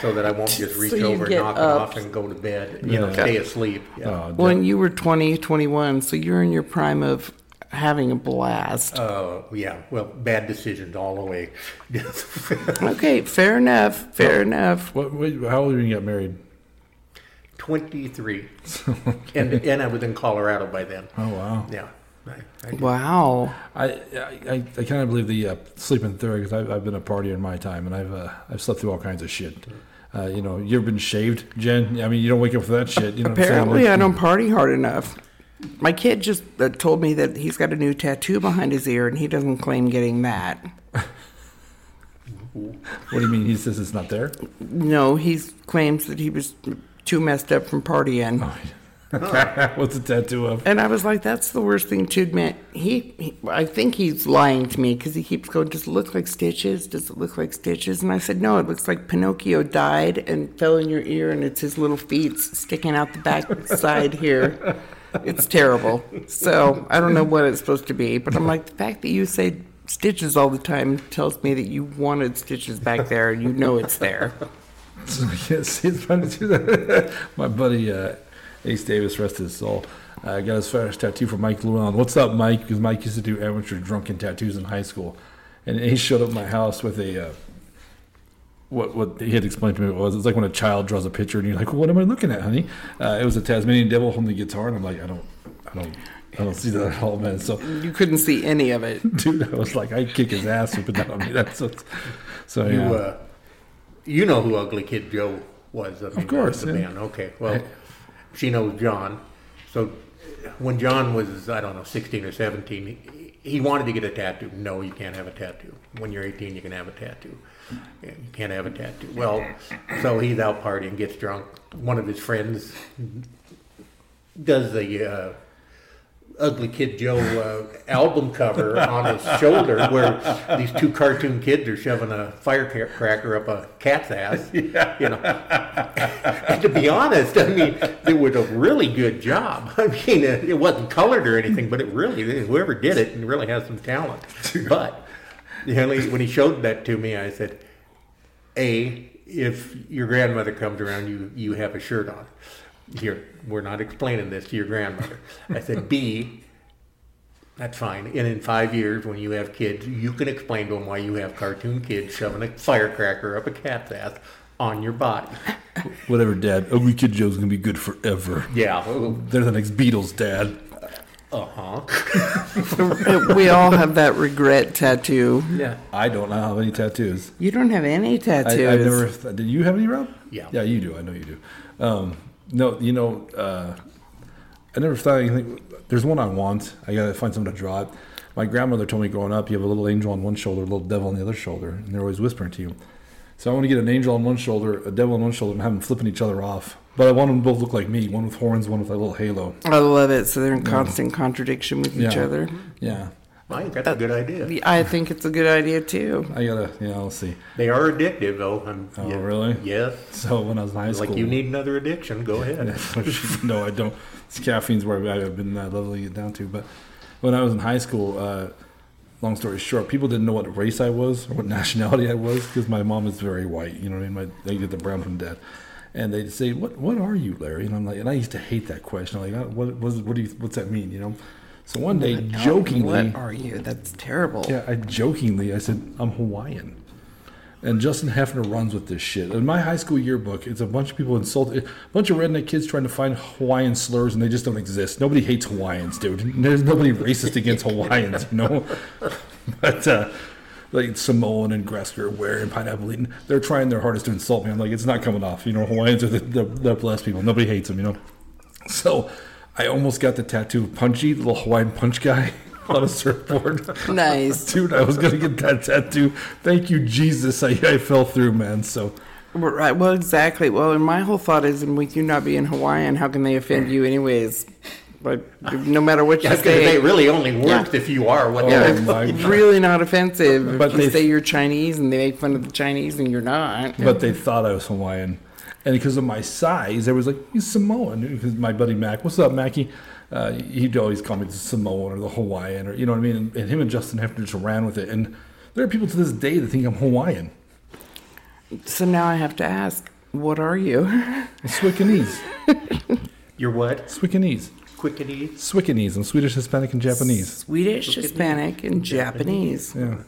Speaker 3: so that
Speaker 2: [laughs]
Speaker 3: I won't just
Speaker 2: So
Speaker 3: reach
Speaker 2: you
Speaker 3: over,
Speaker 2: get
Speaker 3: knock
Speaker 2: up.
Speaker 3: it off, and go to bed. You know,
Speaker 1: Yeah.
Speaker 3: stay asleep. Yeah.
Speaker 1: Oh,
Speaker 2: when you were 20, 21, so you're in your prime of having a blast.
Speaker 3: Uh, yeah, well, bad decisions all the way. [laughs]
Speaker 2: okay, fair enough. Fair enough.
Speaker 1: what, what, how old were you when you got married? [laughs]
Speaker 3: 23. and, and I was in Colorado by then.
Speaker 1: Oh wow.
Speaker 3: Yeah. I, I,
Speaker 2: Wow.
Speaker 1: I I, I, I kind of believe the uh, sleeping through because I've, I've been a partier in my time and I've uh, I've slept through all kinds of shit. Uh, you know, you've been shaved, Jen. I mean, you don't wake up for that shit. You know
Speaker 2: Apparently,
Speaker 1: what
Speaker 2: I
Speaker 1: I'm saying? mm.
Speaker 2: don't party hard enough. My kid just uh, told me that he's got a new tattoo behind his ear, and he doesn't claim getting that.
Speaker 1: What do you mean? He says it's not there.
Speaker 2: No, he claims that he was too messed up from
Speaker 1: Oh.
Speaker 2: partying.
Speaker 1: [laughs] What's the tattoo of?
Speaker 3: Uh,
Speaker 2: And I was like, that's the worst thing to admit. He, he I think he's lying to me because he keeps going, does it look like stitches? Does it look like stitches? And I said, no, it looks like Pinocchio died and fell in your ear and it's his little feet sticking out the back side here. It's terrible. So I don't know what it's supposed to be, but I'm like, the fact that you say stitches all the time tells me that you wanted stitches back there and you know it's there.
Speaker 1: I can't see it's funny too. that. [laughs] My buddy uh, Ace Davis, rest his soul, uh, got his first tattoo from Mike Llewellyn. What's up, Mike? Because Mike used to do amateur drunken tattoos in high school, and Ace showed up at my house with a. Uh, what, what he had explained to me was it's like when a child draws a picture and you're like well, what am I looking at honey uh, it was a Tasmanian devil holding the guitar and I'm like I don't I don't I don't see that at all man so [laughs]
Speaker 2: You couldn't see any of it.
Speaker 1: dude I was like I'd kick his ass if it not on me that's what's, so yeah
Speaker 3: You, uh, you know who Ugly Kid Joe was. I mean,
Speaker 1: course,
Speaker 3: The
Speaker 1: yeah.
Speaker 3: man. Okay. Well, she knows John. So when John was, I don't know, 16 or 17, he, he wanted to get a tattoo. No, you can't have a tattoo. When you're 18, you can have a tattoo. Yeah, You can't have a tattoo. Well, so he's out partying, gets drunk. One of his friends does the uh, Ugly Kid Joe uh, album cover on his shoulder where these two cartoon kids are shoving a firecracker up a cat's ass. You know, and to be honest, I mean, they did a really good job. I mean, it, it wasn't colored or anything, but it really whoever did it really has some talent. But you know, when he showed that to me, I said, a, if your grandmother comes around, you you have a shirt on. Here, we're not explaining this to your grandmother. I said, B, that's fine. And in five years, when you have kids, you can explain to them why you have cartoon kids shoving a firecracker up a cat's ass on your body.
Speaker 1: whatever dad ugly kid Joe's gonna be good forever
Speaker 3: Yeah.
Speaker 1: They're the next Beatles, Dad.
Speaker 3: Uh huh.
Speaker 2: we all have that regret tattoo.
Speaker 3: [laughs] Yeah.
Speaker 1: I don't have any tattoos.
Speaker 2: You don't have any
Speaker 1: I,
Speaker 2: tattoos.
Speaker 1: I've never. th- Did you have any, Rob?
Speaker 3: Yeah.
Speaker 1: Yeah, you do. I know you do. Um, no, you know, uh, I never thought anything. There's one I want. I gotta find someone to draw it. My grandmother told me growing up, you have a little angel on one shoulder, a little devil on the other shoulder, and they're always whispering to you. So I want to get an angel on one shoulder, a devil on one shoulder, and have them flipping each other off. But I want them to both look like me. One with horns, one with a little halo.
Speaker 2: I love it. So they're in constant contradiction with each
Speaker 1: Yeah.
Speaker 2: other.
Speaker 1: Yeah.
Speaker 3: I think that's a good idea.
Speaker 2: I think it's a good idea too.
Speaker 1: I gotta. Yeah, I'll see.
Speaker 3: They are addictive, though. I'm,
Speaker 1: Oh, really?
Speaker 3: Yes.
Speaker 1: So when I was in high
Speaker 3: Like
Speaker 1: school, Oh, [laughs]
Speaker 3: you need another addiction. Go ahead.
Speaker 1: no, I don't. It's caffeine's where I've been uh, leveling it down to. But When I was in high school, uh, long story short, people didn't know what race I was or what [laughs] nationality I was because my mom is very white. You know what I mean? My, they get the brown from dad. And they'd say, "What? What are you, Larry?" And I'm like, and I used to hate that question. I'm like, "Uh, what? What, what do you? What's that mean? You know. So one
Speaker 3: Oh
Speaker 1: day, jokingly,
Speaker 2: What are you? That's terrible.
Speaker 1: yeah, I jokingly I said I'm Hawaiian, and Justin Hefner runs with this shit. In my high school yearbook, it's a bunch of people insulting, a bunch of redneck kids trying to find Hawaiian slurs, and they just don't exist. Nobody hates Hawaiians, dude. [laughs] There's nobody racist against Hawaiians, you know. [laughs] But uh, like Samoan and Gresker, Ware and Pineapple Eaton, they're trying their hardest to insult me. I'm like, it's not coming off. You know, Hawaiians are the, the, the blessed people. Nobody hates them, you know. So I almost got the tattoo of Punchy, the little Hawaiian punch guy [laughs] on a surfboard. [laughs]
Speaker 2: Nice.
Speaker 1: Dude, I was gonna get that tattoo. Thank you, Jesus. I, I fell through, man. So
Speaker 2: Right. Well, exactly. Well, and my whole thought is, and with you not being Hawaiian, how can they offend you anyways? Like, no matter what you
Speaker 3: That's because
Speaker 2: say,
Speaker 3: it really only works
Speaker 2: Yeah.
Speaker 3: if you are what
Speaker 1: Yeah.
Speaker 3: yeah.
Speaker 2: it's
Speaker 1: Oh, my God.
Speaker 2: really not offensive.
Speaker 1: But
Speaker 2: But
Speaker 1: they-
Speaker 2: you say you're Chinese and they make fun of the Chinese and you're not.
Speaker 1: but they thought I was Hawaiian. And because of my size, they was like, he's Samoan. Because my buddy Mac, what's up, Mackie? Uh, he'd always call me the Samoan or the Hawaiian or, you know what I mean? And, and him and Justin Hefner just ran with it. And there are people to this day that think I'm Hawaiian.
Speaker 2: So now I have to ask, what are you?
Speaker 1: Swickenese.
Speaker 3: you're what
Speaker 1: Swickenese.
Speaker 3: quickity.
Speaker 1: Swickenese. I'm Swedish, Hispanic, and Japanese.
Speaker 2: Swedish, Hispanic, and Japanese.
Speaker 1: Yeah.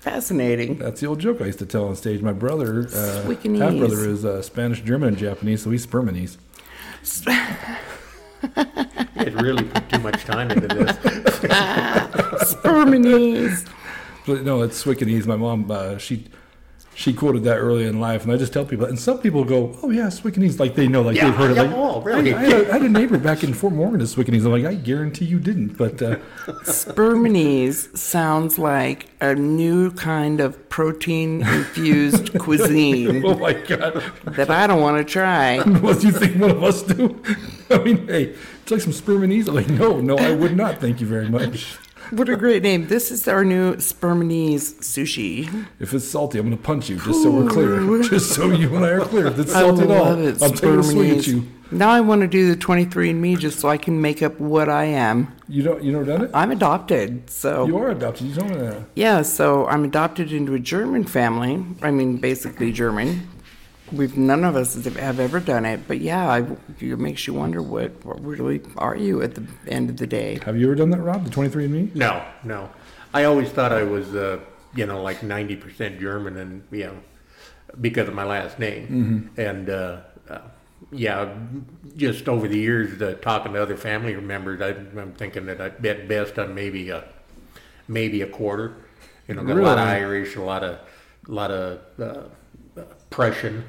Speaker 2: Fascinating. [laughs]
Speaker 1: That's the old joke I used to tell on stage. My brother, uh, half
Speaker 2: Swickenese.
Speaker 1: brother, is uh, Spanish, German, and Japanese, so he's spermanese.
Speaker 3: You guys really put too much time into this.
Speaker 2: Spermanese.
Speaker 1: But no, it's Swickenese. My mom, uh, she she quoted that early in life, and I just tell people. And some people go, "Oh yeah, Swickenese," like they know, like
Speaker 3: [laughs] Yeah,
Speaker 1: they've heard it.
Speaker 3: yeah,
Speaker 1: Like,
Speaker 3: oh, really?
Speaker 1: I, I, had a, I had a neighbor back in Fort Morgan is Swickenese. I'm like, I guarantee you didn't. But
Speaker 3: [laughs]
Speaker 1: uh,
Speaker 2: Spermanese sounds like a new kind of protein
Speaker 1: [laughs]
Speaker 2: infused cuisine
Speaker 1: oh my god, [laughs]
Speaker 2: that I don't want to try.
Speaker 1: what do you think one of us do? [laughs] I mean, hey, it's like some spermanese. I'm like, no, no, I would not. Thank you very much.
Speaker 2: What a great name. This is our new Spermanese sushi.
Speaker 1: If it's salty, I'm going to punch you. Just so we're clear. [laughs] Just so you and I are clear. If it's salty at all, I'm taking a swing at you.
Speaker 2: Now I want to do the 23andMe just so I can make up what I am.
Speaker 1: You don't. You never done it.
Speaker 2: I'm adopted, so.
Speaker 1: You are adopted. You don't. Uh,
Speaker 2: Yeah, so I'm adopted into a German family. I mean, basically German. We've none of us have- have ever done it, but yeah, I, it makes you wonder what, what really are you at the end of the day?
Speaker 1: have you ever done that, Rob? The 23andMe.
Speaker 3: No, no. I always thought I was, uh, you know, like 90% German and, you know, because of my last name. And, uh, uh, yeah, just over the years, uh, talking to other family members, I, I'm thinking that I bet best on maybe a, maybe a quarter. You know, got a lot of
Speaker 1: Really?
Speaker 3: Irish, a lot of, a lot of uh, Prussian.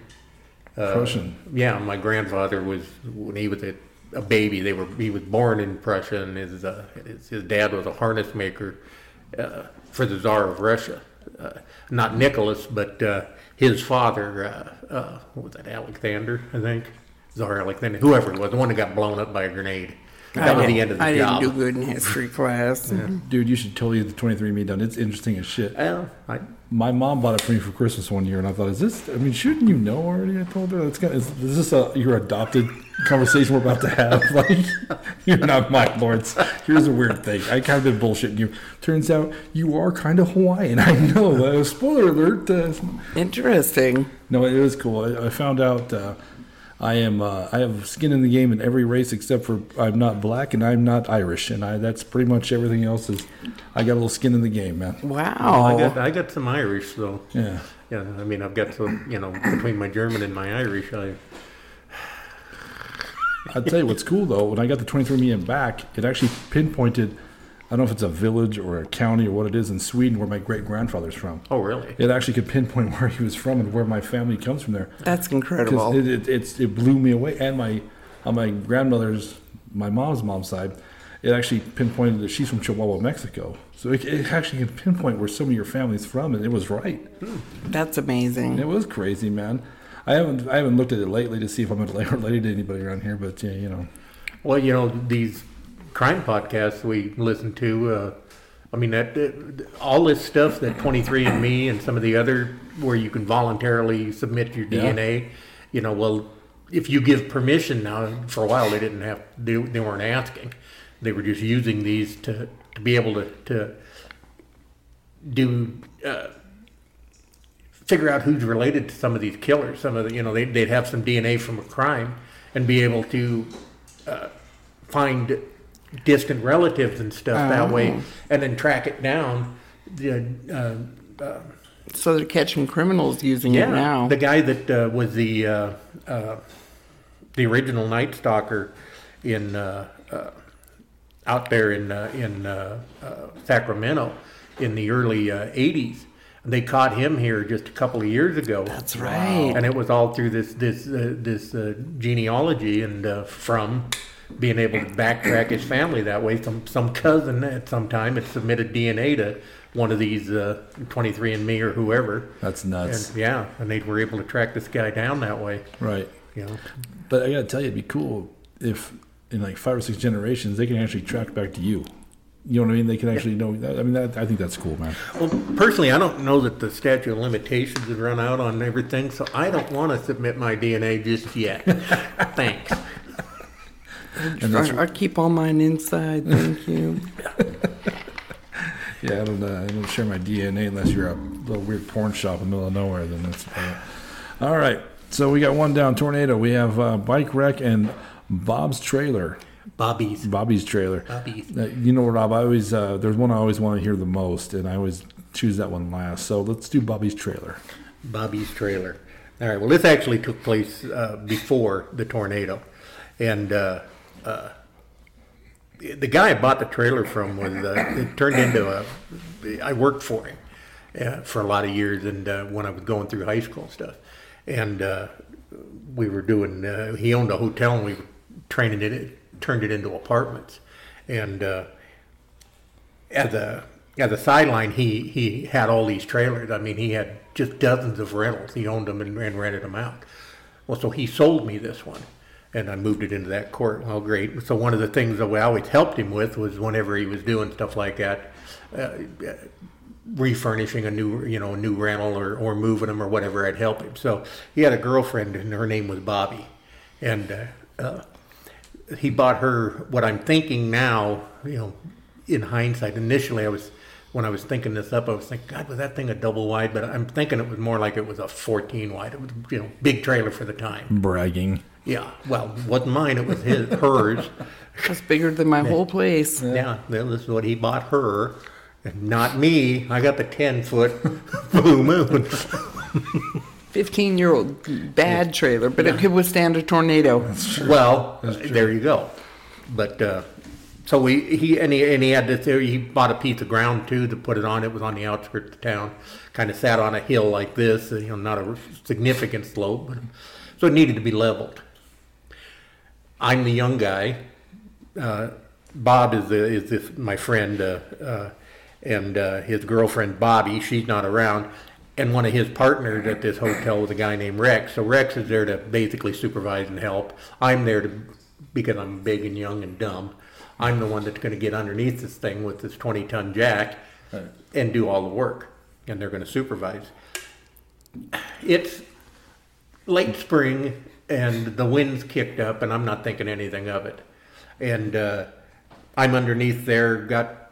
Speaker 3: Uh,
Speaker 1: Prussian.
Speaker 3: Yeah, my grandfather was when he was a, a baby. They were he was born in Prussia, and his uh, his, his dad was a harness maker uh, for the Tsar of Russia. Uh, not Nicholas, but uh, his father uh, uh, what was that Alexander, I think, Tsar Alexander, whoever it was, the one that got blown up by a grenade. That was the end of the
Speaker 2: Oh, I
Speaker 3: job.
Speaker 2: didn't do good in
Speaker 3: [laughs]
Speaker 2: history class.
Speaker 1: Dude, you should totally get the 23andMe done. It's interesting as shit.
Speaker 3: Well, I,
Speaker 1: My mom bought it for me for Christmas one year, and I thought, is this? I mean, shouldn't you know already? I told her. That's kind of, is, is this a your adopted conversation we're about to have? [laughs] Like, you're not my lords. Here's a weird thing. I kind of been bullshitting you. Turns out you are kind of Hawaiian. [laughs] I know. Uh, spoiler alert. Uh,
Speaker 2: Interesting.
Speaker 1: No, it was cool. I, I found out uh, I am uh, I have skin in the game in every race except for I'm not black and I'm not Irish, and I that's pretty much everything else is. I got a little skin in the game, man.
Speaker 3: I
Speaker 2: Wow.
Speaker 3: got I got some Irish though.
Speaker 1: Yeah,
Speaker 3: Yeah, I mean I've got some you know between my German and my Irish, I
Speaker 1: I'll tell you what's cool though. When I got the 23 million back, it actually pinpointed. I don't know if it's a village or a county or what it is in Sweden where my great grandfather's from.
Speaker 3: oh really?
Speaker 1: It actually could pinpoint [laughs] where he was from and where my family comes from there.
Speaker 2: That's
Speaker 1: 'Cause
Speaker 2: incredible.
Speaker 1: It, it, it's, it blew me away. And my on my grandmother's, my mom's mom's side, it actually pinpointed that she's from Chihuahua, Mexico. So it, it actually can pinpoint where some of your family's from, and it was right.
Speaker 2: That's amazing.
Speaker 1: It was crazy, man. I haven't I haven't looked at it lately to see if I'm [laughs] related to anybody around here, but yeah, you know,
Speaker 3: Well, you know these crime podcasts we listen to. Uh, I mean that uh, all this stuff that 23andMe and some of the other where you can voluntarily submit your
Speaker 1: Yeah.
Speaker 3: DNA. You know, well, if you give permission now, for a while they didn't have they, they weren't asking. They were just using these to to be able to, to do uh, figure out who's related to some of these killers. Some of the, you know, they'd, they'd have some DNA from a crime and be able to uh, find distant relatives and stuff that way, and then track it down. The, uh, uh,
Speaker 2: So they're catching criminals using
Speaker 3: yeah,
Speaker 2: it now.
Speaker 3: the guy that uh, was the uh, uh, the original Night Stalker in uh, uh, out there in uh, in uh, uh, Sacramento in the early uh, '80s. They caught him here just a couple of years ago.
Speaker 2: That's right.
Speaker 3: And it was all through this this uh, this uh, genealogy and uh, from being able to backtrack his family that way. Some some cousin at some time had submitted DNA to one of these uh, 23andMe or whoever.
Speaker 1: That's nuts.
Speaker 3: And, yeah, and they were able to track this guy down that way.
Speaker 1: Right.
Speaker 3: You know,
Speaker 1: But I gotta tell you, it'd be cool if in like five or six generations they can actually track back to you. You know what I mean? They can actually know. I mean, that, I think that's cool, man.
Speaker 3: well, personally, I don't know that the statute of limitations has run out on everything, so I don't want to submit my DNA just [laughs] yet. Thanks.
Speaker 1: And that's,
Speaker 2: I, I keep all mine inside. Thank
Speaker 3: [laughs]
Speaker 2: you.
Speaker 1: yeah, I don't, uh, I don't share my DNA unless you're a little weird porn shop in the middle of nowhere. Then that's about it. all right. So we got one down. Tornado. We have uh, bike wreck and Bob's trailer.
Speaker 3: Bobby's.
Speaker 1: Bobby's trailer.
Speaker 3: Bobby's.
Speaker 1: Uh, you know, Rob. I always uh, there's one I always want to hear the most, and I always choose that one last. So let's do Bobby's trailer.
Speaker 3: Bobby's trailer. All right. Well, this actually took place uh, before the tornado, and uh, uh, the guy I bought the trailer from was uh, it turned into a. I worked for him uh, for a lot of years, and uh, when I was going through high school and stuff, and uh, we were doing. Uh, he owned a hotel, and we were training it, turned it into apartments, and. Uh, as a as a sideline, he he had all these trailers. I mean, he had just dozens of rentals. He owned them and, and rented them out. Well, so he sold me this one, and I moved it into that court. Well, great. So one of the things that we always helped him with was whenever he was doing stuff like that, uh, refurnishing a new you know a new rental or or moving them or whatever, I'd help him. So he had a girlfriend, and her name was Bobby, and. Uh, uh, he bought her what I'm thinking now, you know, in hindsight. Initially, I was when I was thinking this up, I was thinking, God, was that thing a double wide? But I'm thinking it was more like it was a 14 wide. It was, you know, big trailer for the time.
Speaker 1: Bragging.
Speaker 3: Yeah. Well, it wasn't mine. It was his, [laughs] hers.
Speaker 2: That's bigger than my whole place.
Speaker 3: Yeah. well, This is what he bought her, and not me. I got the 10 foot [laughs] blue moon.
Speaker 2: 15 year old bad trailer, but it could withstand a tornado.
Speaker 3: Well, uh, there you go. But uh, so we he and he and he had this. He bought a piece of ground too to put it on. It was on the outskirts of town, kind of sat on a hill like this. You know, not a significant slope, but so it needed to be leveled. I'm the young guy. Uh, Bob is the, is this, my friend, uh, uh, and uh, his girlfriend Bobby. She's not around, and one of his partners at this hotel was a guy named Rex. So Rex is there to basically supervise and help. I'm there to because I'm big and young and dumb. I'm the one that's going to get underneath this thing with this 20 ton jack and do all the work, and they're going to supervise. It's late spring and the wind's kicked up and I'm not thinking anything of it. And uh, I'm underneath there, got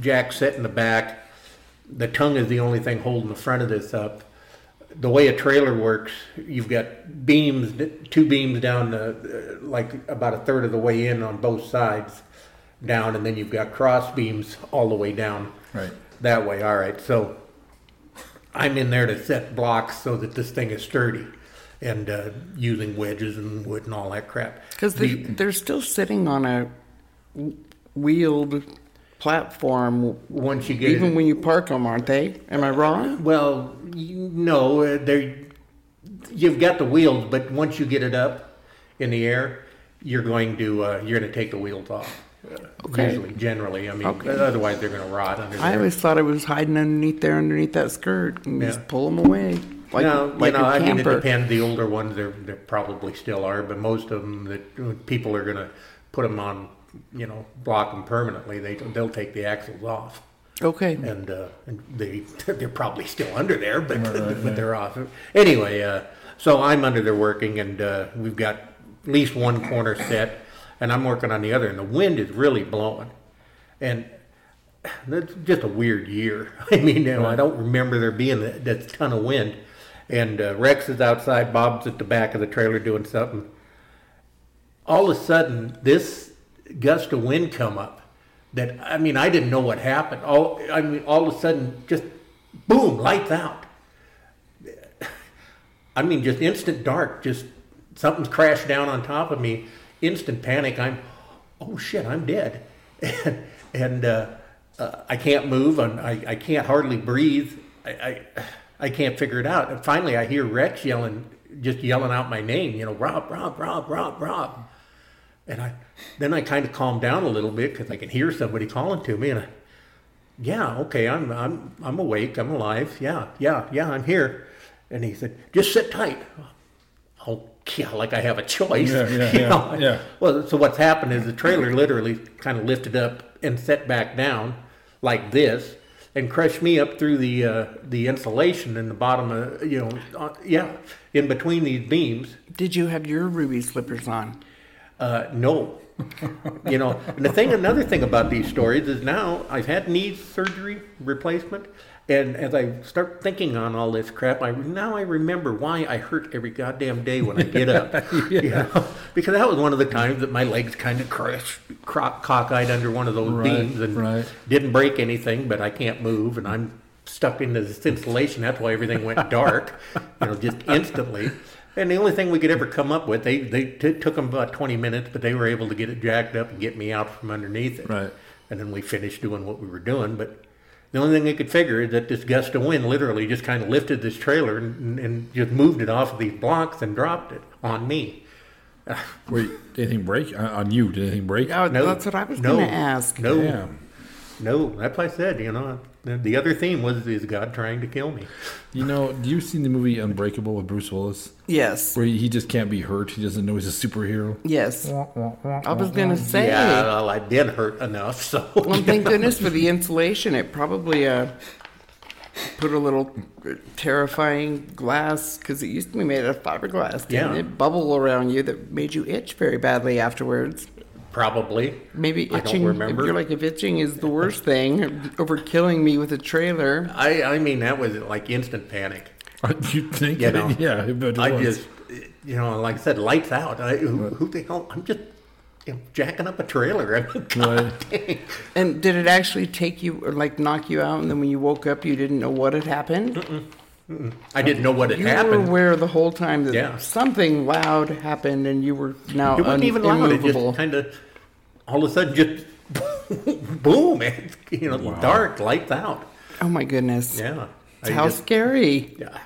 Speaker 3: Jack set in the back. The tongue is the only thing holding the front of this up. The way a trailer works, you've got beams, two beams down the, uh, like about a third of the way in on both sides down, and then you've got cross beams all the way down.
Speaker 1: Right.
Speaker 3: That way, all right. So I'm in there to set blocks so that this thing is sturdy and uh, using wedges and wood and all that crap.
Speaker 2: Because they, they're still sitting on a w- wheeled platform,
Speaker 3: Once you get
Speaker 2: even
Speaker 3: it,
Speaker 2: when you park them, aren't they? Am I wrong?
Speaker 3: well, you know, uh, they you've got the wheels, but once you get it up in the air, you're going to uh, you're going to take the wheels off. uh,
Speaker 2: Okay.
Speaker 3: Usually, generally, I mean,
Speaker 2: Okay.
Speaker 3: otherwise they're going to rot under
Speaker 2: I
Speaker 3: there.
Speaker 2: always thought I was hiding underneath there, underneath that skirt, and
Speaker 3: Yeah.
Speaker 2: just pull them away. Like,
Speaker 3: no,
Speaker 2: like
Speaker 3: you know,
Speaker 2: a
Speaker 3: I mean, it
Speaker 2: camper.
Speaker 3: depends. The older ones, there there probably still are, but most of them that uh, people are going to put them on, you know, block them permanently. They they'll take the axles off,
Speaker 2: okay.
Speaker 3: and, uh, and they [laughs] they're probably still under there, but
Speaker 1: Right, right,
Speaker 3: but they're off anyway. Uh, so I'm under there working, and uh, we've got at least one corner set, and I'm working on the other, and the wind is really blowing, and that's just a weird year. [laughs] I mean, you know, I don't remember there being that, that ton of wind. And uh, Rex is outside, Bob's at the back of the trailer doing something. All of a sudden, this gust of wind come up. That I mean, I didn't know what happened. All I mean, all of a sudden, just boom, lights out. I mean, just instant dark. Just something's crashed down on top of me. Instant panic. I'm, oh shit, I'm dead, [laughs] and, and uh, uh, I can't move. I'm, I I can't hardly breathe. I, I I can't figure it out. And finally, I hear Rex yelling, just yelling out my name. You know, Rob, Rob, Rob, Rob, Rob. And I then I kind of calm down a little bit because I can hear somebody calling to me, and I, yeah, okay, I'm I'm I'm awake, I'm alive, yeah, yeah, yeah, I'm here. And he said, just sit tight. Oh, yeah, like I have a choice.
Speaker 1: Yeah, yeah,
Speaker 3: [laughs] you
Speaker 1: yeah,
Speaker 3: know?
Speaker 1: yeah.
Speaker 3: Well, so what's happened is the trailer literally kind of lifted up and set back down like this, and crushed me up through the uh, the insulation in the bottom of you know, uh, yeah, in between these beams.
Speaker 2: Did you have your ruby slippers on?
Speaker 3: Uh, no. you know, and the thing, another thing about these stories is now I've had knee surgery replacement, and as I start thinking on all this crap, I now I remember why I hurt every goddamn day when I
Speaker 1: [laughs]
Speaker 3: get up. You know? because that was one of the times that my legs kind of crashed, cro- cockeyed under one of those
Speaker 1: Right,
Speaker 3: beams, and
Speaker 1: right.
Speaker 3: didn't break anything, but I can't move, and I'm stuck into this insulation. That's why everything went dark, you know, just instantly. And the only thing we could ever come up with, they they t- took them about 20 minutes, but they were able to get it jacked up and get me out from underneath it.
Speaker 1: Right.
Speaker 3: And then we finished doing what we were doing, but the only thing they could figure is that this gust of wind literally just kind of lifted this trailer and, and just moved it off of these blocks and dropped it on me.
Speaker 1: Wait, did anything break Uh, on you? Did anything break?
Speaker 2: Oh,
Speaker 3: No,
Speaker 2: that's what I was
Speaker 3: no,
Speaker 2: going to ask.
Speaker 3: No,
Speaker 1: Damn.
Speaker 3: no, that's what I said. You know, the, the other theme was is God trying to kill me?
Speaker 1: You know, do you seen the movie Unbreakable with Bruce Willis,
Speaker 2: Yes.
Speaker 1: where he just can't be hurt? He doesn't know he's a superhero.
Speaker 2: Yes. I was going to say.
Speaker 3: Yeah, well, I did hurt enough, so [laughs]
Speaker 2: Well, thank goodness for the insulation. It probably uh, put a little terrifying glass because it used to be made out of fiberglass. Didn't
Speaker 3: Yeah.
Speaker 2: it bubble around you that made you itch very badly afterwards.
Speaker 3: probably.
Speaker 2: Maybe itching.
Speaker 3: I don't remember.
Speaker 2: If you're like, if itching is the worst thing over killing me with a trailer.
Speaker 3: I, I mean, that was like instant panic.
Speaker 1: [laughs] you think?
Speaker 3: You know,
Speaker 1: [laughs] yeah, I bet it
Speaker 3: I
Speaker 1: was.
Speaker 3: just, you know, like I said, lights out. I, who, who the hell? I'm just you know, jacking up a trailer. [laughs] I mean,
Speaker 1: Right.
Speaker 3: dang.
Speaker 2: And did it actually take you or like knock you out? And then when you woke up, you didn't know what had happened.
Speaker 3: I didn't know what had
Speaker 2: You were
Speaker 3: happened.
Speaker 2: aware the whole time that
Speaker 3: Yeah.
Speaker 2: something loud happened, and you were now
Speaker 3: It wasn't
Speaker 2: un-
Speaker 3: even loud. It
Speaker 2: immovable.
Speaker 3: just kind of, all of a sudden, just [laughs] boom! It's you know, dark, lights out.
Speaker 2: oh my goodness!
Speaker 3: Yeah. I
Speaker 2: How
Speaker 3: just-
Speaker 2: scary.
Speaker 3: yeah.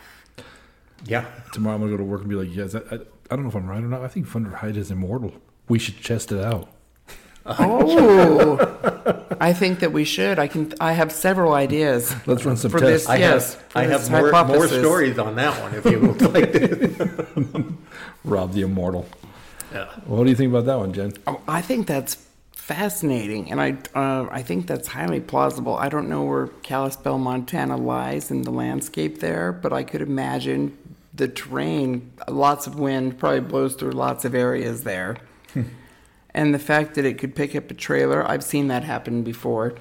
Speaker 3: Yeah.
Speaker 1: Tomorrow I'm gonna go to work and be like, yes, I, I, I don't know if I'm right or not. I think Thunder Hyde is immortal. We should test it out.
Speaker 2: Oh. [laughs] I think that we should. I can I have several ideas.
Speaker 1: Let's run some
Speaker 2: For
Speaker 1: tests.
Speaker 2: this-
Speaker 3: I
Speaker 2: Yes,
Speaker 3: have, I
Speaker 2: this
Speaker 3: have more, more
Speaker 2: hypothesis.
Speaker 3: stories on that one if you would
Speaker 2: [laughs]
Speaker 3: like to.
Speaker 1: Rob the immortal.
Speaker 3: Yeah.
Speaker 1: What do you think about that one, Jen?
Speaker 2: Oh, I think that's fascinating and I uh, I think that's highly plausible. I don't know where Kalispell, Montana lies in the landscape there, but I could imagine the terrain, lots of wind probably blows through lots of areas there.
Speaker 3: Hmm.
Speaker 2: and the fact that it could pick up a trailer, I've seen that happen before.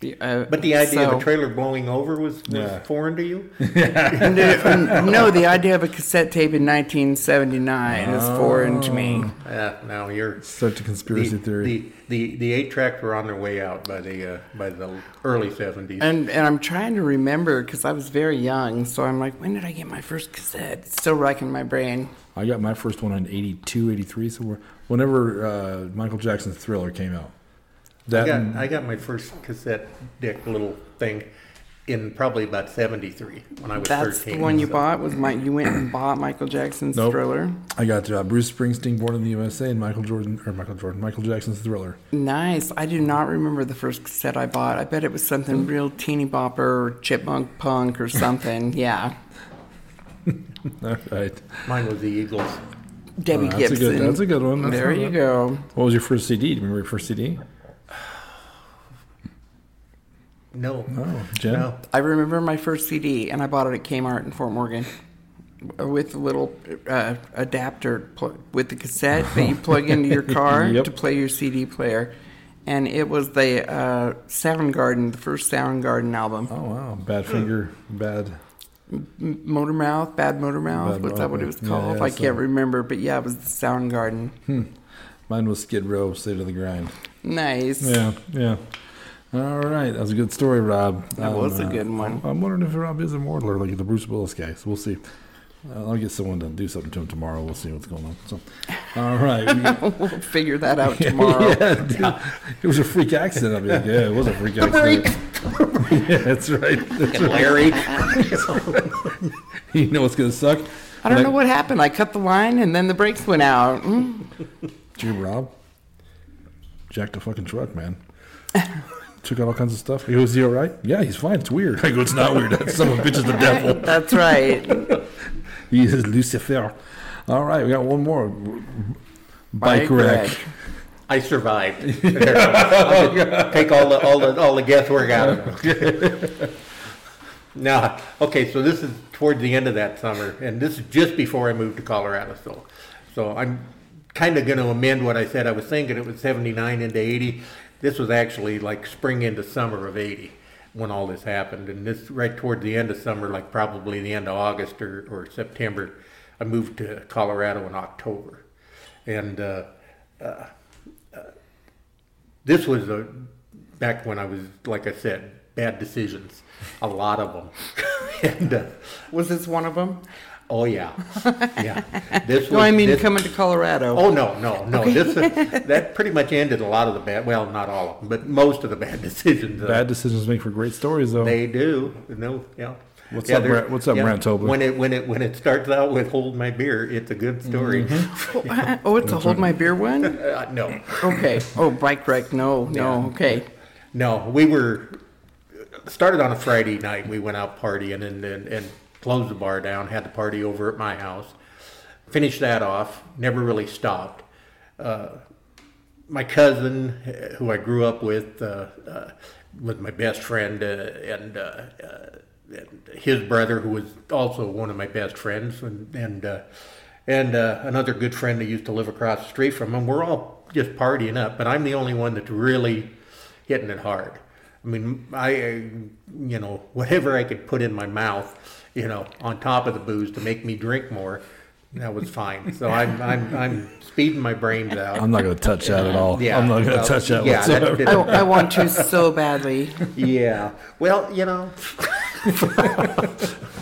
Speaker 2: The, uh,
Speaker 3: But the idea of
Speaker 2: so-
Speaker 3: a trailer blowing over was, was
Speaker 1: Yeah.
Speaker 3: foreign
Speaker 2: [laughs]
Speaker 3: to you?
Speaker 2: no, no, the idea of a cassette tape in 1979 is foreign to
Speaker 1: Oh.
Speaker 2: me.
Speaker 3: yeah, Uh, now you're.
Speaker 1: Such a
Speaker 3: The,
Speaker 1: conspiracy theory.
Speaker 3: the, the, the eight tracks were on their way out by the uh, by the early 70s.
Speaker 2: And and I'm trying to remember because I was very young, so I'm like, when did I get my first cassette? It's still racking my brain.
Speaker 1: I got my first one in 82, 83, so we're- whenever uh, Michael Jackson's Thriller came out.
Speaker 3: I
Speaker 1: That
Speaker 3: got,
Speaker 1: and-
Speaker 3: I got my first cassette deck little thing in probably about 73 when I was
Speaker 2: That's
Speaker 3: 13.
Speaker 2: the one you
Speaker 3: so-
Speaker 2: bought. Was my you went and bought Michael Jackson's
Speaker 1: Nope.
Speaker 2: Thriller?
Speaker 1: I got uh, Bruce Springsteen, Born in the USA, and Michael Jordan, or Michael Jordan, Michael Jackson's Thriller. [laughs]
Speaker 2: Nice. I do not remember the first cassette I bought. I bet it was
Speaker 1: Mm.
Speaker 2: something real teeny bopper or chipmunk punk or something.
Speaker 1: [laughs]
Speaker 2: yeah,
Speaker 1: All right.
Speaker 3: Mine was the Eagles.
Speaker 2: Debbie
Speaker 1: Oh, That's a
Speaker 2: Gibson.
Speaker 1: good, that's a good one. That's
Speaker 2: there
Speaker 1: not
Speaker 2: you
Speaker 1: bad.
Speaker 2: go.
Speaker 1: What was your first CD? Do you remember your first CD?
Speaker 3: No.
Speaker 1: Oh, Jen?
Speaker 3: No.
Speaker 2: I remember my first CD, and I bought it at Kmart in Fort Morgan with a little uh,
Speaker 1: [laughs]
Speaker 2: adapter pl- with the cassette that you plug into your car
Speaker 1: Yep.
Speaker 2: to play your CD player. and it was the uh, Soundgarden, the first Soundgarden album.
Speaker 1: Oh wow, bad finger, bad.
Speaker 2: Motor Mouth, Bad Motor Mouth,
Speaker 1: Bad
Speaker 2: was
Speaker 1: Mouth,
Speaker 2: that what it was
Speaker 1: yeah,
Speaker 2: called?
Speaker 1: yeah,
Speaker 2: I
Speaker 1: so-
Speaker 2: can't remember, but yeah, it was the
Speaker 1: [laughs]
Speaker 2: Soundgarden.
Speaker 1: Mine was Skid Row, State of the Grind.
Speaker 2: Nice.
Speaker 1: Yeah, yeah. All right, that was a good story, Rob. Um, uh,
Speaker 2: That was a good
Speaker 1: [laughs]
Speaker 2: one.
Speaker 1: I'm wondering if Rob is a Wardler like the Bruce Willis guy. So we'll see. Uh, I'll get someone to do something to him tomorrow. We'll see what's going on. So, all right. We-
Speaker 2: [laughs] We'll figure that out
Speaker 1: [laughs]
Speaker 2: tomorrow.
Speaker 1: Yeah, dude. It was a freak accident. I mean,
Speaker 2: [laughs]
Speaker 1: yeah, it was a freak accident. [laughs] yeah, that's right. That's
Speaker 2: [laughs]
Speaker 1: right.
Speaker 3: Larry.
Speaker 1: You know what's gonna suck?
Speaker 2: I don't know what happened. I cut the line and then the brakes went out.
Speaker 1: [laughs]
Speaker 2: Mm.
Speaker 1: Gee, Rob, jacked the fucking truck, man. [laughs] Took out all kinds of stuff. He was he all right? Yeah, he's fine. It's weird. [laughs] I go, it's not weird. That son of a bitch is the devil.
Speaker 2: That's right.
Speaker 1: He is Lucifer. All right, we got one more bike,
Speaker 2: Bike
Speaker 1: wreck.
Speaker 2: wreck.
Speaker 3: I survived. There. I'll just Take all the all the all the guesswork out of it. now, okay, so this is towards the end of that summer, and this is just before I moved to Colorado. So, so I'm kind of going to amend what I said. I was thinking it was '79 into '80. This was actually like spring into summer of '80 when all this happened, and this right toward the end of summer, like probably the end of August or, or September, I moved to Colorado in October, and. Uh, this was a, back when I was, like I said, bad decisions, a lot of them. [laughs] and uh,
Speaker 2: Was this one of them?
Speaker 3: oh yeah, yeah. This was.
Speaker 2: No, I mean
Speaker 3: this-
Speaker 2: coming to Colorado.
Speaker 3: Oh no, no, no. This uh, that pretty much ended a lot of the bad. Well, not all of them, but most of the bad [laughs] decisions. uh,
Speaker 1: Bad decisions make for great stories, though.
Speaker 3: They do. No, yeah.
Speaker 1: What's
Speaker 3: yeah,
Speaker 1: up,
Speaker 3: there's-
Speaker 1: Brent- what's up, Brent Tobler?
Speaker 3: When it when it when it starts out with "Hold My Beer," it's a good story.
Speaker 1: Mm-hmm.
Speaker 2: Oh, oh, it's a hold my beer one?
Speaker 3: [laughs] Uh, no,
Speaker 2: Okay. Oh, bike wreck. No, no.
Speaker 3: Yeah.
Speaker 2: Okay.
Speaker 3: No, we were started on a Friday night. We went out partying and and, and closed the bar down. Had the party over at my house. Finished that off. Never really stopped. Uh, my cousin, eh, who I grew up with, uh, uh, was my best friend, uh, and. Uh, uh, and his brother, who was also one of my best friends, and and uh, and uh, another good friend who used to live across the street from him. We're all just partying up, but I'm the only one that's really hitting it hard. I mean, I, uh, you know, whatever I could put in my mouth, you know, on top of the booze to make me drink more, that was fine. So I'm, I'm, I'm speeding my brains out.
Speaker 1: I'm not going to touch that at all. I'm not going to
Speaker 3: well,
Speaker 1: touch that
Speaker 3: yeah, that
Speaker 1: whatsoever.
Speaker 2: I,
Speaker 3: didn't-
Speaker 2: I want to so badly.
Speaker 3: [laughs] yeah. Well, you know,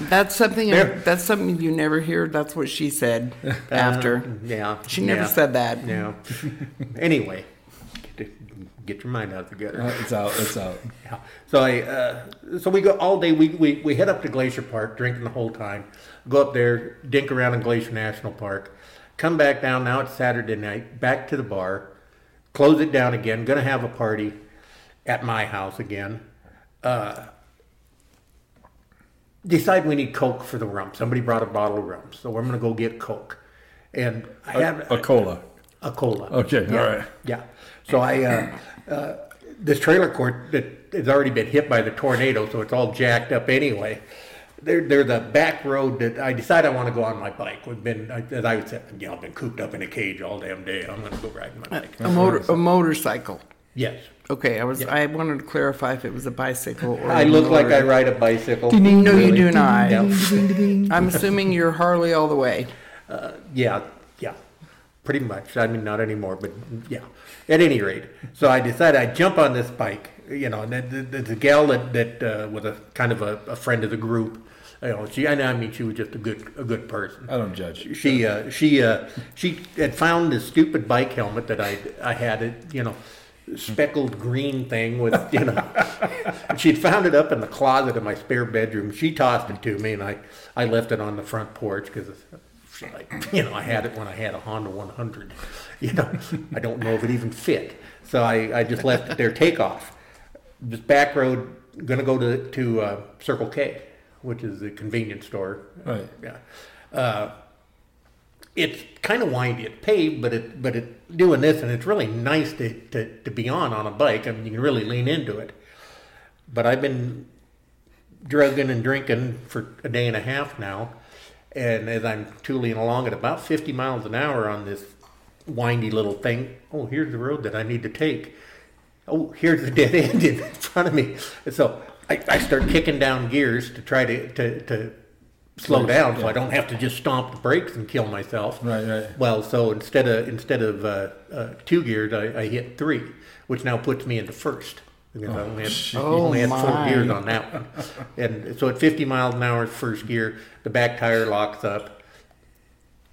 Speaker 2: That's something.
Speaker 3: There.
Speaker 2: That's something you never hear. That's what she said after.
Speaker 3: yeah.
Speaker 2: She never
Speaker 3: yeah.
Speaker 2: said that.
Speaker 3: Yeah. anyway, get- get your mind out of the gutter.
Speaker 1: Uh, it's out. It's
Speaker 3: [laughs]
Speaker 1: out.
Speaker 3: Yeah. So I, uh, so we go all day. We, we we head up to Glacier Park, drinking the whole time. Go up there, dink around in Glacier National Park. Come back down. Now it's Saturday night. Back to the bar. Close it down again. Gonna have a party at my house again. Uh, decide we need Coke for the rum. Somebody brought a bottle of rum, so I'm gonna go get Coke. And I have
Speaker 1: A cola.
Speaker 3: a cola.
Speaker 1: Okay,
Speaker 3: Yeah.
Speaker 1: all right.
Speaker 3: Yeah. So I, uh, uh, this trailer court that has already been hit by the tornado, so it's all jacked up anyway. They're, they're the back road that I decide I want to go on my bike. We've been, I- as I would say, you know, I've been cooped up in a cage all damn day. I'm going to go ride my bike.
Speaker 2: A motor. A motorcycle.
Speaker 3: Yes.
Speaker 2: Okay. I was. I wanted to clarify if it was a bicycle or.
Speaker 3: I
Speaker 2: a
Speaker 3: look like I
Speaker 2: motor-
Speaker 3: ride a bicycle.
Speaker 2: No, you do not.
Speaker 3: No.
Speaker 2: I'm assuming you're Harley all the way.
Speaker 3: Uh, yeah, yeah, pretty much. I mean, not anymore, but yeah. At any rate, so I decided I'd jump on this bike, you know, and the, the, the gal that, that uh, was a kind of a, a friend of the group, you know, she, and I mean, she was just a good, a good person.
Speaker 1: I don't judge.
Speaker 3: She uh, she uh, she had found this stupid bike helmet that I I had it you know speckled green thing with [laughs] you know and she'd found it up in the closet of my spare bedroom. She tossed it to me and I I left it on the front porch because. [laughs] you know, I had it when I had a Honda 100. [laughs] You know, I don't know if it even fit, so I, I just left it there. Takeoff, this back road, gonna go to to uh, Circle K, which is the convenience store.
Speaker 1: Right.
Speaker 3: Yeah. Uh, it's kind of windy. It's paved, but it but it doing this, and it's really nice to, to, to be on on a bike. I mean, you can really lean into it. But I've been drugging and drinking for a day and a half now, and as I'm tooling along at about 50 miles an hour on this windy little thing, oh, here's the road that I need to take. oh, here's the dead end in front of me. And so I, I start kicking down gears to try to, to, to slow down so I don't have to just stomp the brakes and kill myself.
Speaker 1: Right, right.
Speaker 3: Well, so instead of, instead of uh, uh, two gears, I, I hit three, which now puts me into first. Because
Speaker 1: Oh,
Speaker 3: I only had,
Speaker 1: shit.
Speaker 3: only had four
Speaker 2: my.
Speaker 3: gears on that one. And so at 50 miles an hour, first gear, the back tire locks up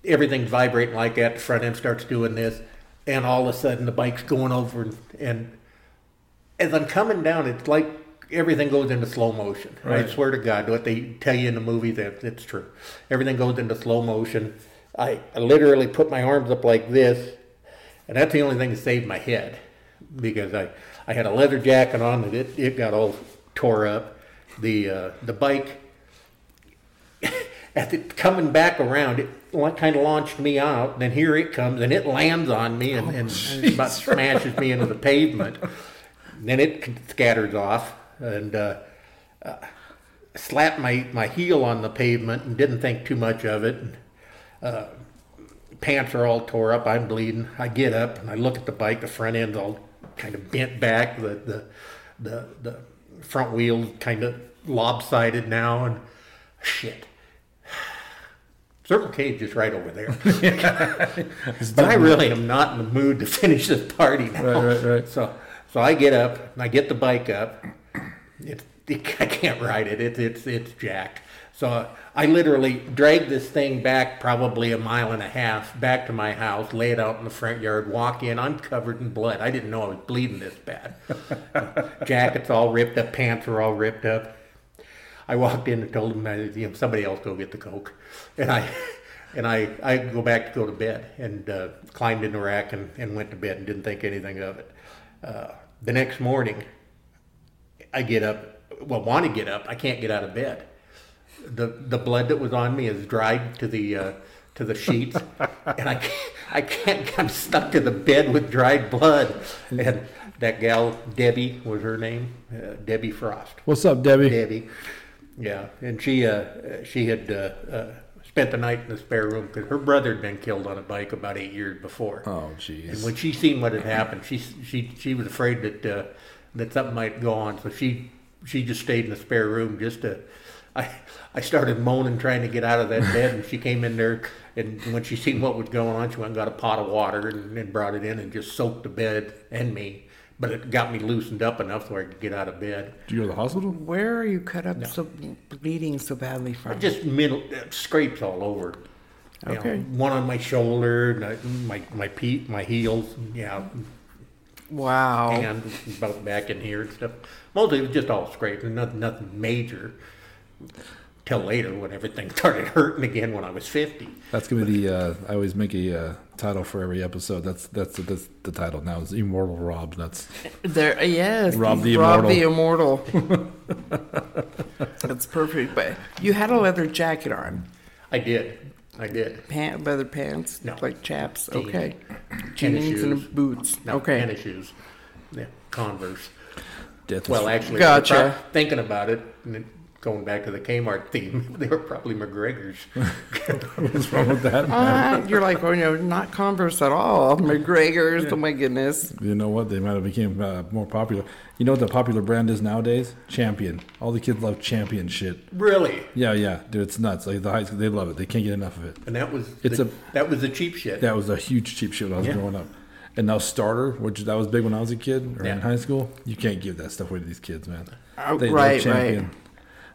Speaker 3: everything's vibrating like that. The front end starts doing this, and all of a sudden the bike's going over. And, and as I'm coming down, it's like everything goes into slow motion.
Speaker 1: Right.
Speaker 3: I swear to God, what they tell you in the movie that it's true. Everything goes into slow motion. I, I literally put my arms up like this, and that's the only thing that saved my head because I, I had a leather jacket on and it, it got all tore up. The uh, the bike [laughs] at the, coming back around, it kind of launched me out. Then here it comes, and it lands on me and, and about smashes me into the pavement. Then it c- scatters off and uh, uh, slapped my, my heel on the pavement and didn't think too much of it. And, uh, pants are all tore up. I'm bleeding. I get up and I look at the bike. The front end's all kind of bent back. The the the, the front wheel kind of lopsided now. And shit. [sighs] Circle K is just right over there. [laughs] but I really am not in the mood to [laughs] finish this party now.
Speaker 1: Right, right, right.
Speaker 3: So, so I get up and I get the bike up. It, it, I can't ride it. It's it's it's jacked. So I literally drag this thing back probably a mile and a half back to my house, lay it out in the front yard, walk in. I'm covered in blood. I didn't know I was bleeding this bad. Jacket's all ripped up, pants are all ripped up. I walked in and told him, uh, you know, somebody else go get the coke, and I, and I, I go back to go to bed and uh, climbed in the rack and, and went to bed and didn't think anything of it. Uh, the next morning, I get up, well, want to get up, I can't get out of bed. The the blood that was on me is dried to the uh, to the sheets, and I can't, I can't. I'm stuck to the bed with dried blood. And that gal Debbie was her name, uh, Debbie Frost.
Speaker 1: What's up, Debbie?
Speaker 3: Debbie. Yeah, and she uh, uh, she had uh, uh, spent the night in the spare room because her brother had been killed on a bike about eight years before.
Speaker 1: Oh,
Speaker 3: And
Speaker 1: jeez.
Speaker 3: when she seen what had happened, she she she was afraid that uh, that something might go on, so she she just stayed in the spare room just to. I I started moaning trying to get out of that bed, and she came in there, and when she seen what was going on, she went and got a pot of water and, and brought it in and just soaked the bed and me. But it got me loosened up enough so I could get out of bed.
Speaker 1: Do you go to the hospital?
Speaker 2: Where are you cut up so bleeding so badly from?
Speaker 3: just mental uh, scrapes all over. You know,
Speaker 2: Okay.
Speaker 3: one on my shoulder, and I- my my pe my heels, yeah,
Speaker 2: wow.
Speaker 3: and about back in here and stuff. Mostly it was just all scrapes, and nothing nothing major. Till later, when everything [laughs] started hurting again, when I was fifty.
Speaker 1: That's gonna be the. Uh, I always make a uh, title for every episode. That's that's that's the title now. Is Immortal Rob. That's
Speaker 2: There, yes,
Speaker 1: Rob the
Speaker 2: Immortal.
Speaker 1: [laughs]
Speaker 2: That's perfect. But you had a leather jacket on,
Speaker 3: I did, I did.
Speaker 2: pant, leather pants,
Speaker 3: No.
Speaker 2: like chaps.
Speaker 3: Jeans.
Speaker 2: Okay,
Speaker 3: Tennis
Speaker 2: jeans
Speaker 3: shoes.
Speaker 2: and boots.
Speaker 3: No,
Speaker 2: okay,
Speaker 3: tennis shoes, yeah, Converse.
Speaker 1: death.
Speaker 3: Well, actually, they were
Speaker 2: Gotcha.
Speaker 3: prob- thinking about it, and then going back to the Kmart theme, [laughs] they were probably McGregor's.
Speaker 1: what's wrong with
Speaker 3: [laughs]
Speaker 1: that?
Speaker 2: Uh, you're like, oh no, not Converse at all. McGregor's. Oh my goodness.
Speaker 1: You know what? They might have became uh, more popular. You know what the popular brand is nowadays? Champion. All the kids love Champion shit.
Speaker 3: really.
Speaker 1: Yeah, yeah, dude, it's nuts. Like the high school, they love it. They can't get enough of it.
Speaker 3: And that was
Speaker 1: It's
Speaker 3: the,
Speaker 1: a-
Speaker 3: that was the cheap shit.
Speaker 1: That was a huge cheap shit when I was
Speaker 3: Yeah.
Speaker 1: growing up. And now starter, which that was big when I was a kid or in
Speaker 3: Yeah.
Speaker 1: high school. You can't give that stuff away to these kids, man.
Speaker 2: Oh, right, right.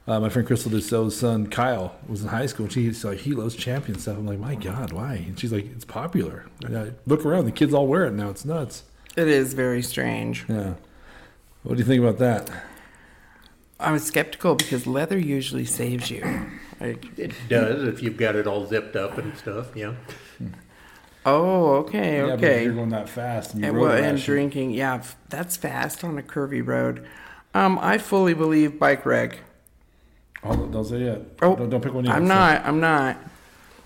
Speaker 1: Uh, my friend Crystal Dussault's son Kyle was in high school. and She's like, he loves champion stuff. I'm like, my God, why? And she's like, it's popular. And I look around, the kids all wear it now. It's nuts.
Speaker 2: It is very strange.
Speaker 1: Yeah. What do you think about that?
Speaker 2: I was skeptical because leather usually saves you. Like,
Speaker 3: It does if you've got it all zipped up and stuff. Yeah,
Speaker 2: oh, okay,
Speaker 1: Yeah, but if
Speaker 2: okay.
Speaker 1: you're going that fast and you
Speaker 2: and,
Speaker 1: rode
Speaker 2: well,
Speaker 1: that
Speaker 2: and
Speaker 1: shit-
Speaker 2: drinking. Yeah, f- that's fast on a curvy road. Um, I fully believe bike wreck.
Speaker 1: Hold on, don't say yet.
Speaker 2: Oh,
Speaker 1: don't, don't pick one. yet.
Speaker 2: I'm not. I'm not.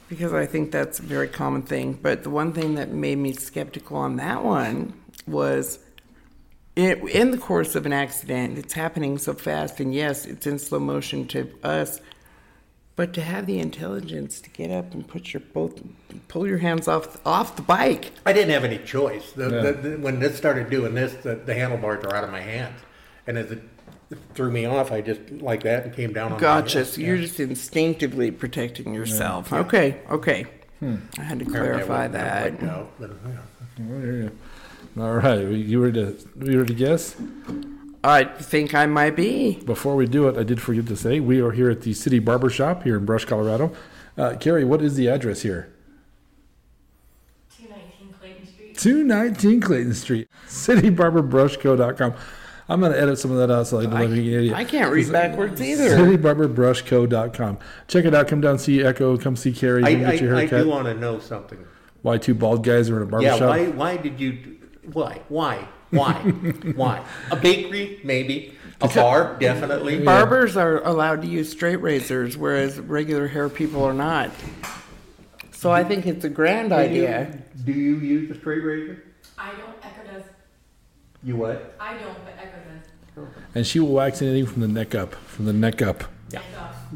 Speaker 2: Because I think that's a very common thing. But the one thing that made me skeptical on that one was it, in the course of an accident, it's happening so fast. And yes, it's in slow motion to us. But to have the intelligence to get up and put your both, pull your hands off off the bike.
Speaker 3: I didn't have any choice. The,
Speaker 1: Yeah.
Speaker 3: the, the, when this started doing this, the, the handlebars are out of my hands, and as it threw me off, I just like that and came down on. Oh, My
Speaker 2: Gotcha.
Speaker 3: head.
Speaker 2: So you're just instinctively protecting yourself. Okay. Okay. I had to
Speaker 3: Apparently I
Speaker 2: clarify
Speaker 3: wouldn't have
Speaker 2: that.
Speaker 3: let go, but, yeah.
Speaker 1: Well, there you go. All right, we- you ready to you ready to guess?
Speaker 2: I think I might be.
Speaker 1: Before we do it, I did forget to say we are here at the City Barber Shop here in Brush, Colorado. Uh, Carrie, what is the address here?
Speaker 4: 219 Clayton Street.
Speaker 1: 219 Clayton Street, citybarberbrushco.com. I'm going to edit some of that out so I don't look like an idiot.
Speaker 2: I can't read backwards either.
Speaker 1: Citybarberbrushco.com. Check it out. Come down, see Echo. Come see Carrie. You can
Speaker 3: I,
Speaker 1: get your
Speaker 3: I, I
Speaker 1: haircut.
Speaker 3: do want to know something.
Speaker 1: why two bald guys are in a barber
Speaker 3: Yeah,
Speaker 1: shop?
Speaker 3: why? Why did you? do- Why? Why? Why? [laughs] why? A bakery, maybe. A bar, definitely.
Speaker 2: Barbers are allowed to use straight razors, whereas regular hair people are not. So I think it's a grand
Speaker 3: Do you-
Speaker 2: idea.
Speaker 3: Do you use the straight razor?
Speaker 4: I don't, Echo does.
Speaker 3: You what?
Speaker 4: I don't, but Echo does.
Speaker 1: And she will wax anything from the neck up. From the neck up.
Speaker 4: Yeah.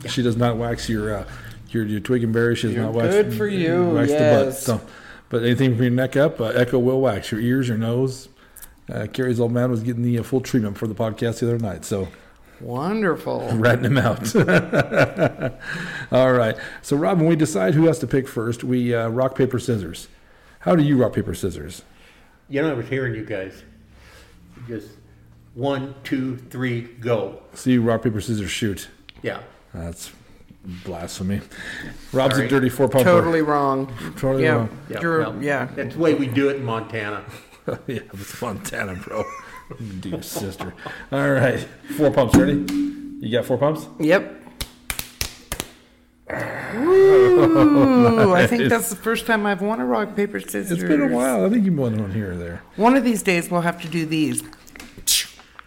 Speaker 4: I
Speaker 1: She does not wax your uh, your your twig and berry. She does
Speaker 2: You're
Speaker 1: not wax.
Speaker 2: good for you,
Speaker 1: Wax the butt.
Speaker 2: yes.
Speaker 1: So, but anything from your neck up, uh, Echo will wax your ears, your nose. Uh, Carrie's old man was getting the uh, full treatment for the podcast the other night, so [laughs]
Speaker 2: Wonderful.
Speaker 1: ratting him out. [laughs] All right. So, Robin, we decide who has to pick first. We uh, rock paper scissors. How do you rock paper scissors?
Speaker 3: You know, I was hearing you guys. Just one, two, three, go.
Speaker 1: So you rock paper scissors shoot.
Speaker 3: Yeah.
Speaker 1: That's blasphemy. Rob's
Speaker 3: Sorry.
Speaker 1: a dirty four pumper.
Speaker 2: Totally wrong.
Speaker 1: Totally [laughs]
Speaker 2: yeah,
Speaker 1: wrong.
Speaker 3: Yeah,
Speaker 2: You're,
Speaker 3: well,
Speaker 2: yeah.
Speaker 3: That's the way we do it in Montana.
Speaker 1: yeah, with Montana, bro. [laughs] Dear sister. [laughs] All right. Four pumps. Ready? You got four pumps?
Speaker 2: Yep.
Speaker 1: [laughs]
Speaker 2: Ooh, I think that's the first time I've won a rock paper scissors.
Speaker 1: It's been a while. I think you've won one here or there.
Speaker 2: One of these days we'll have to do these.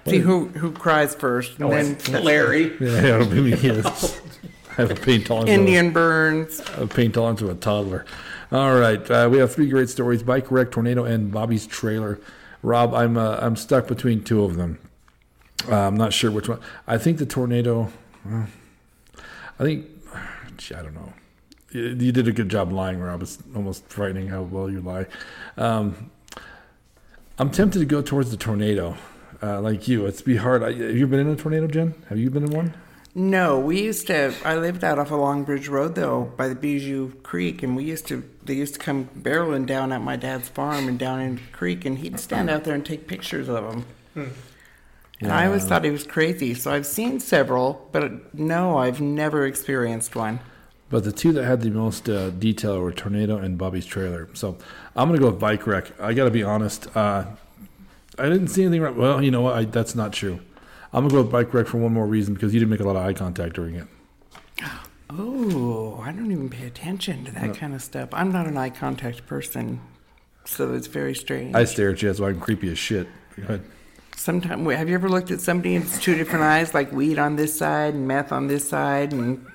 Speaker 2: See who who cries first,
Speaker 1: Oh,
Speaker 2: and then
Speaker 3: It's [laughs] Larry.
Speaker 1: Yeah, it'll be me. Yes. [laughs] I have a paint tolerance. of-
Speaker 2: Indian burns.
Speaker 1: of uh, paint on to a toddler. All right, uh, we have three great stories: bike wreck, tornado, and Bobby's trailer. Rob, I'm uh, I'm stuck between two of them. Uh, I'm not sure which one. I think the tornado. well, I think. Gee, I don't know. You, you did a good job lying, Rob. It's almost frightening how well you lie. Um, I'm tempted to go towards the tornado, uh, like you. It's be hard. I, have you been in a tornado, Jen? Have you been in one?
Speaker 2: No, we used to. I lived out off a Long Bridge Road though, by the Bijou Creek, and we used to. They used to come barreling down at my dad's farm and down into the creek, and he'd stand out there and take pictures of them. And I always thought he was crazy, so I've seen several, but no, I've never experienced one.
Speaker 1: But the two that had the most uh, detail were Tornado and Bobby's Trailer. So I'm going to go with Bike Wreck. I got to be honest. Uh, I didn't see anything wrong. Well, you know what? I, that's not true. I'm going to go with Bike Wreck for one more reason because you didn't make a lot of eye contact during it.
Speaker 2: Oh, I don't even pay attention to that kind of stuff. I'm not an eye contact person, so it's very strange.
Speaker 1: I stare at you. That's why I'm creepy as shit. Go ahead. [laughs]
Speaker 2: Sometimes, have you ever looked at somebody and it's two different eyes, like weed on this side and meth on this side, and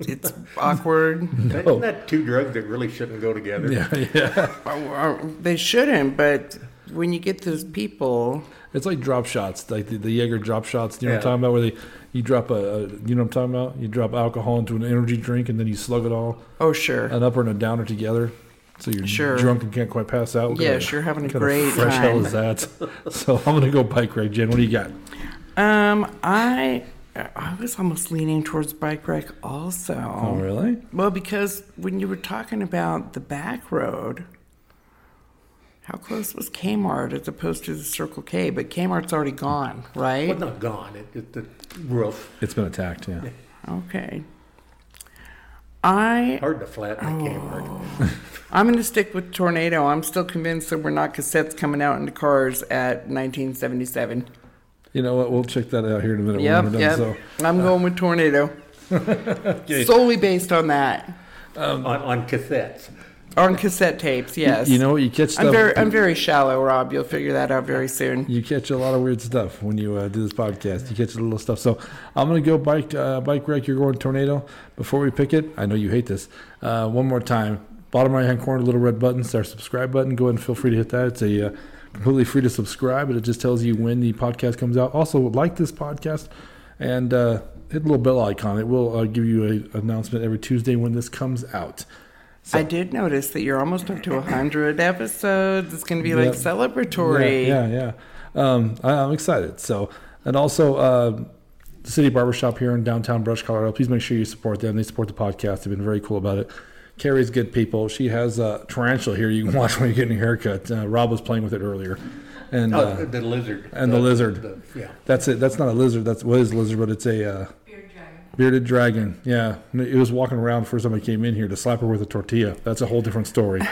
Speaker 2: it's awkward?
Speaker 3: Isn't that two drugs that really shouldn't go together?
Speaker 1: Yeah, yeah.
Speaker 2: Or- or Oh, they shouldn't, but when you get those people,
Speaker 1: It's like drop shots, like the, the Jaeger drop shots. You know
Speaker 3: Yeah.
Speaker 1: what I'm talking about? Where they, you drop a, a, you know what I'm talking about? You drop alcohol into an energy drink and then you slug it all,
Speaker 2: oh, sure.
Speaker 1: an upper and a downer together. So you're
Speaker 2: Sure.
Speaker 1: drunk and can't quite pass out. What
Speaker 2: Yeah,
Speaker 1: kind of-
Speaker 2: sure, having a
Speaker 1: What kind of
Speaker 2: great
Speaker 1: fresh hell
Speaker 2: time.
Speaker 1: is that? [laughs] so I'm gonna go bike ride, Jen. What do you got?
Speaker 2: Um, I, I was almost leaning towards bike wreck also.
Speaker 1: really?
Speaker 2: Well, because when you were talking about the back road, how close was Kmart as opposed to the Circle K? But Kmart's already gone,
Speaker 3: Well,
Speaker 2: right?
Speaker 3: not gone. It, it, the roof.
Speaker 1: It's been attacked. Yeah.
Speaker 2: Okay. I
Speaker 3: Hard to flatten a camera.
Speaker 2: Oh. I'm going to stick with Tornado. I'm still convinced that we're not cassettes coming out into cars at 1977.
Speaker 1: You know what? We'll check that out here in a minute.
Speaker 2: Yep,
Speaker 1: when we're done.
Speaker 2: yep.
Speaker 1: So
Speaker 2: I'm going with Tornado.
Speaker 1: [laughs]
Speaker 2: Solely based on that.
Speaker 3: on, on cassettes.
Speaker 2: On cassette tapes, yes.
Speaker 1: you know what? You catch stuff.
Speaker 2: I'm very, I'm very shallow, Rob. You'll figure that out very soon.
Speaker 1: you catch a lot of weird stuff when you uh, do this podcast. You catch a little stuff. So I'm gonna go bike uh, bike wreck. You're going tornado. Before we pick it, I know you hate this. Uh, one more time. Bottom right hand corner, little red button, it's our subscribe button. Go ahead and feel free to hit that. It's a uh, completely free to subscribe, and it just tells you when the podcast comes out. Also, like this podcast and uh, hit the little bell icon. It will uh, give you an announcement every Tuesday when this comes out.
Speaker 2: I did notice that you're almost up to 100 episodes. It's going to be
Speaker 1: Yep.
Speaker 2: like celebratory.
Speaker 1: Yeah, yeah. yeah. Um, I, I'm excited. So, and also, uh, the City Barbershop here in downtown Brush, Colorado. Please make sure you support them. They support the podcast. They've been very cool about it. Carrie's good people. She has a tarantula here. You can [laughs] watch when you're getting your haircut. Uh, Rob was playing with it earlier, and
Speaker 3: Oh,
Speaker 1: uh,
Speaker 3: the lizard.
Speaker 1: and the lizard.
Speaker 3: the- yeah.
Speaker 1: that's it. That's not a lizard. That's what is a lizard, but it's a uh,
Speaker 4: Beard dragon.
Speaker 1: bearded dragon. Yeah, it was walking around first time I came in here to slap her with a tortilla. That's a whole different story.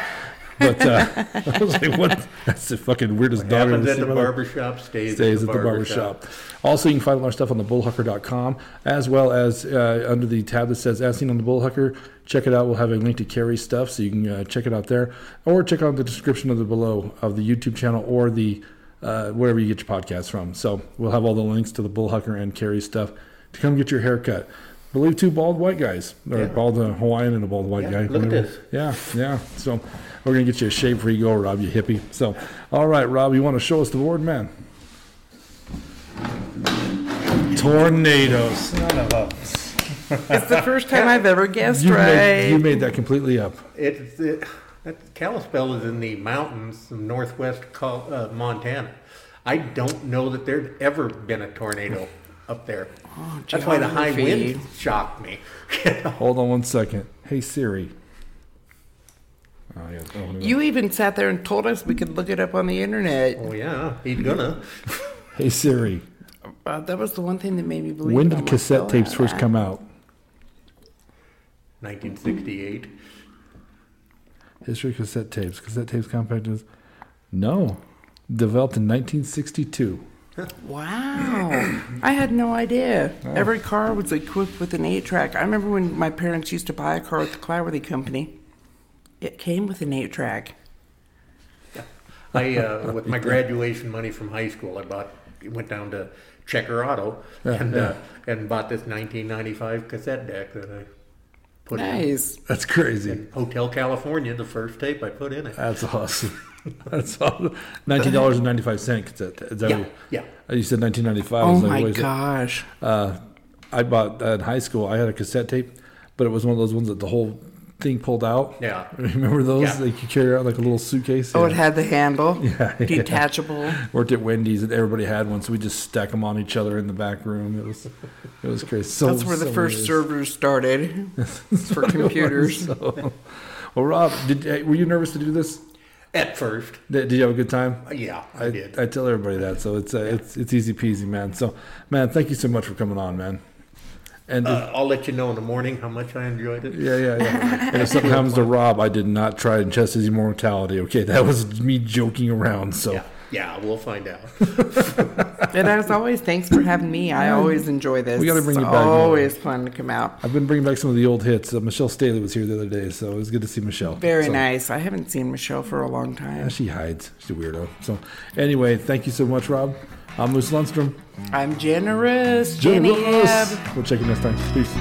Speaker 1: But uh, [laughs] I was like, what? That's the fucking weirdest dog I've
Speaker 3: Happens
Speaker 1: ever
Speaker 3: at
Speaker 1: seen.
Speaker 3: the
Speaker 1: in my life
Speaker 3: barber shop. Stays,
Speaker 1: stays
Speaker 3: at the barber shop.
Speaker 1: barbershop. Also, you can find all our stuff on the bullhucker.com as well as uh, under the tab that says As Seen on the Bullhucker. Check it out. We'll have a link to Carrie's stuff so you can uh, check it out there. Or check out the description of the below of the YouTube channel or the uh, wherever you get your podcasts from. So we'll have all the links to the bullhucker and Carrie's stuff to come get your haircut. I believe two bald white guys, or
Speaker 3: Yeah.
Speaker 1: bald uh, Hawaiian and a bald white
Speaker 3: Yeah,
Speaker 1: guy.
Speaker 3: look at
Speaker 1: whatever.
Speaker 3: this.
Speaker 1: Yeah, yeah. So we're gonna get you a shave before you go, Rob. You hippie. So, all right, Rob, you want to show us the board, man? Tornadoes.
Speaker 2: It's the first time I've ever guessed
Speaker 1: [laughs] You
Speaker 2: right.
Speaker 1: made, you made that completely up.
Speaker 3: It's it, that Kalispell is in the mountains of northwest Col- uh, Montana. I don't know that there'd ever been a tornado up there. That's why the high
Speaker 2: geography.
Speaker 3: wind shocked me. [laughs]
Speaker 1: Hold on one second. Hey Siri. Oh, yeah. Oh, no.
Speaker 2: You even sat there and told us we could look it up on the internet.
Speaker 3: oh yeah, he's gonna. [laughs]
Speaker 1: hey Siri.
Speaker 2: Uh, that was the one thing that made me believe.
Speaker 1: When
Speaker 2: how
Speaker 1: did
Speaker 2: much
Speaker 1: cassette
Speaker 2: Bill
Speaker 1: tapes
Speaker 2: had
Speaker 1: first
Speaker 2: that.
Speaker 1: come out?
Speaker 3: 1968.
Speaker 1: History of cassette tapes. Cassette tapes compact discs. No. Developed in 1962.
Speaker 2: Wow, I had no idea. Every car was equipped with an eight-track. I remember when my parents used to buy a car at the Clyworthy Company. It came with an eight-track.
Speaker 3: I uh, with my graduation money from high school, I bought went down to Checker Auto and Uh, and bought this 1995 cassette deck that I put in.
Speaker 2: Nice.
Speaker 1: That's crazy.
Speaker 3: Hotel California, the first tape I put in it.
Speaker 1: That's awesome. [laughs] That's awesome. Nineteen dollars and ninety five cent cassette. Is that
Speaker 3: Yeah,
Speaker 1: what
Speaker 3: yeah.
Speaker 1: you- You said nineteen ninety five.
Speaker 2: Oh my gosh.
Speaker 1: uh, I bought uh, in high school. I had a cassette tape, but it was one of those ones that the whole thing pulled out.
Speaker 3: Yeah.
Speaker 1: [laughs] remember those?
Speaker 3: Yeah.
Speaker 1: Like you carry around like a little suitcase.
Speaker 2: Oh,
Speaker 1: Yeah.
Speaker 2: it had
Speaker 1: [laughs]
Speaker 2: the handle. Detachable.
Speaker 1: Worked at Wendy's and everybody had one, so we just stack them on each other in the back room. It was, it was crazy. So,
Speaker 2: That's where the
Speaker 1: so
Speaker 2: first
Speaker 1: many- [laughs]
Speaker 2: servers started for computers.
Speaker 1: So- [laughs] Well, Rob, did eh, were you nervous to do this?
Speaker 3: At first,
Speaker 1: Did, did you have a good time?
Speaker 3: yeah, I,
Speaker 1: I,
Speaker 3: did.
Speaker 1: I tell everybody that, so it's uh, it's it's easy peasy, man. So, man, thank you so much for coming on, man. And if-
Speaker 3: Uh, I'll let you know in the morning how much I enjoyed it.
Speaker 1: Yeah, yeah,
Speaker 2: [laughs]
Speaker 1: yeah. and if something happens to Rob, I did not try and chest his immortality. Okay, that was me joking around. So
Speaker 3: Yeah, yeah, we'll find out.
Speaker 2: And as always, thanks for having me. I always enjoy this.
Speaker 1: We gotta bring
Speaker 2: it's
Speaker 1: you back more.
Speaker 2: Always fun to come out.
Speaker 1: I've been bringing back some of the old hits. Uh, Michelle Staley was here the other day, so it was good to see Michelle.
Speaker 2: Very
Speaker 1: So-
Speaker 2: nice. I haven't seen Michelle for a long
Speaker 1: Yeah,
Speaker 2: time.
Speaker 1: she hides. She's a weirdo. So anyway, thank you so much, Rob. I'm Moose Lundstrom.
Speaker 2: I'm generous. Jenny
Speaker 1: Jenny Ross.
Speaker 2: Ebb.
Speaker 1: We'll check you next time. Peace.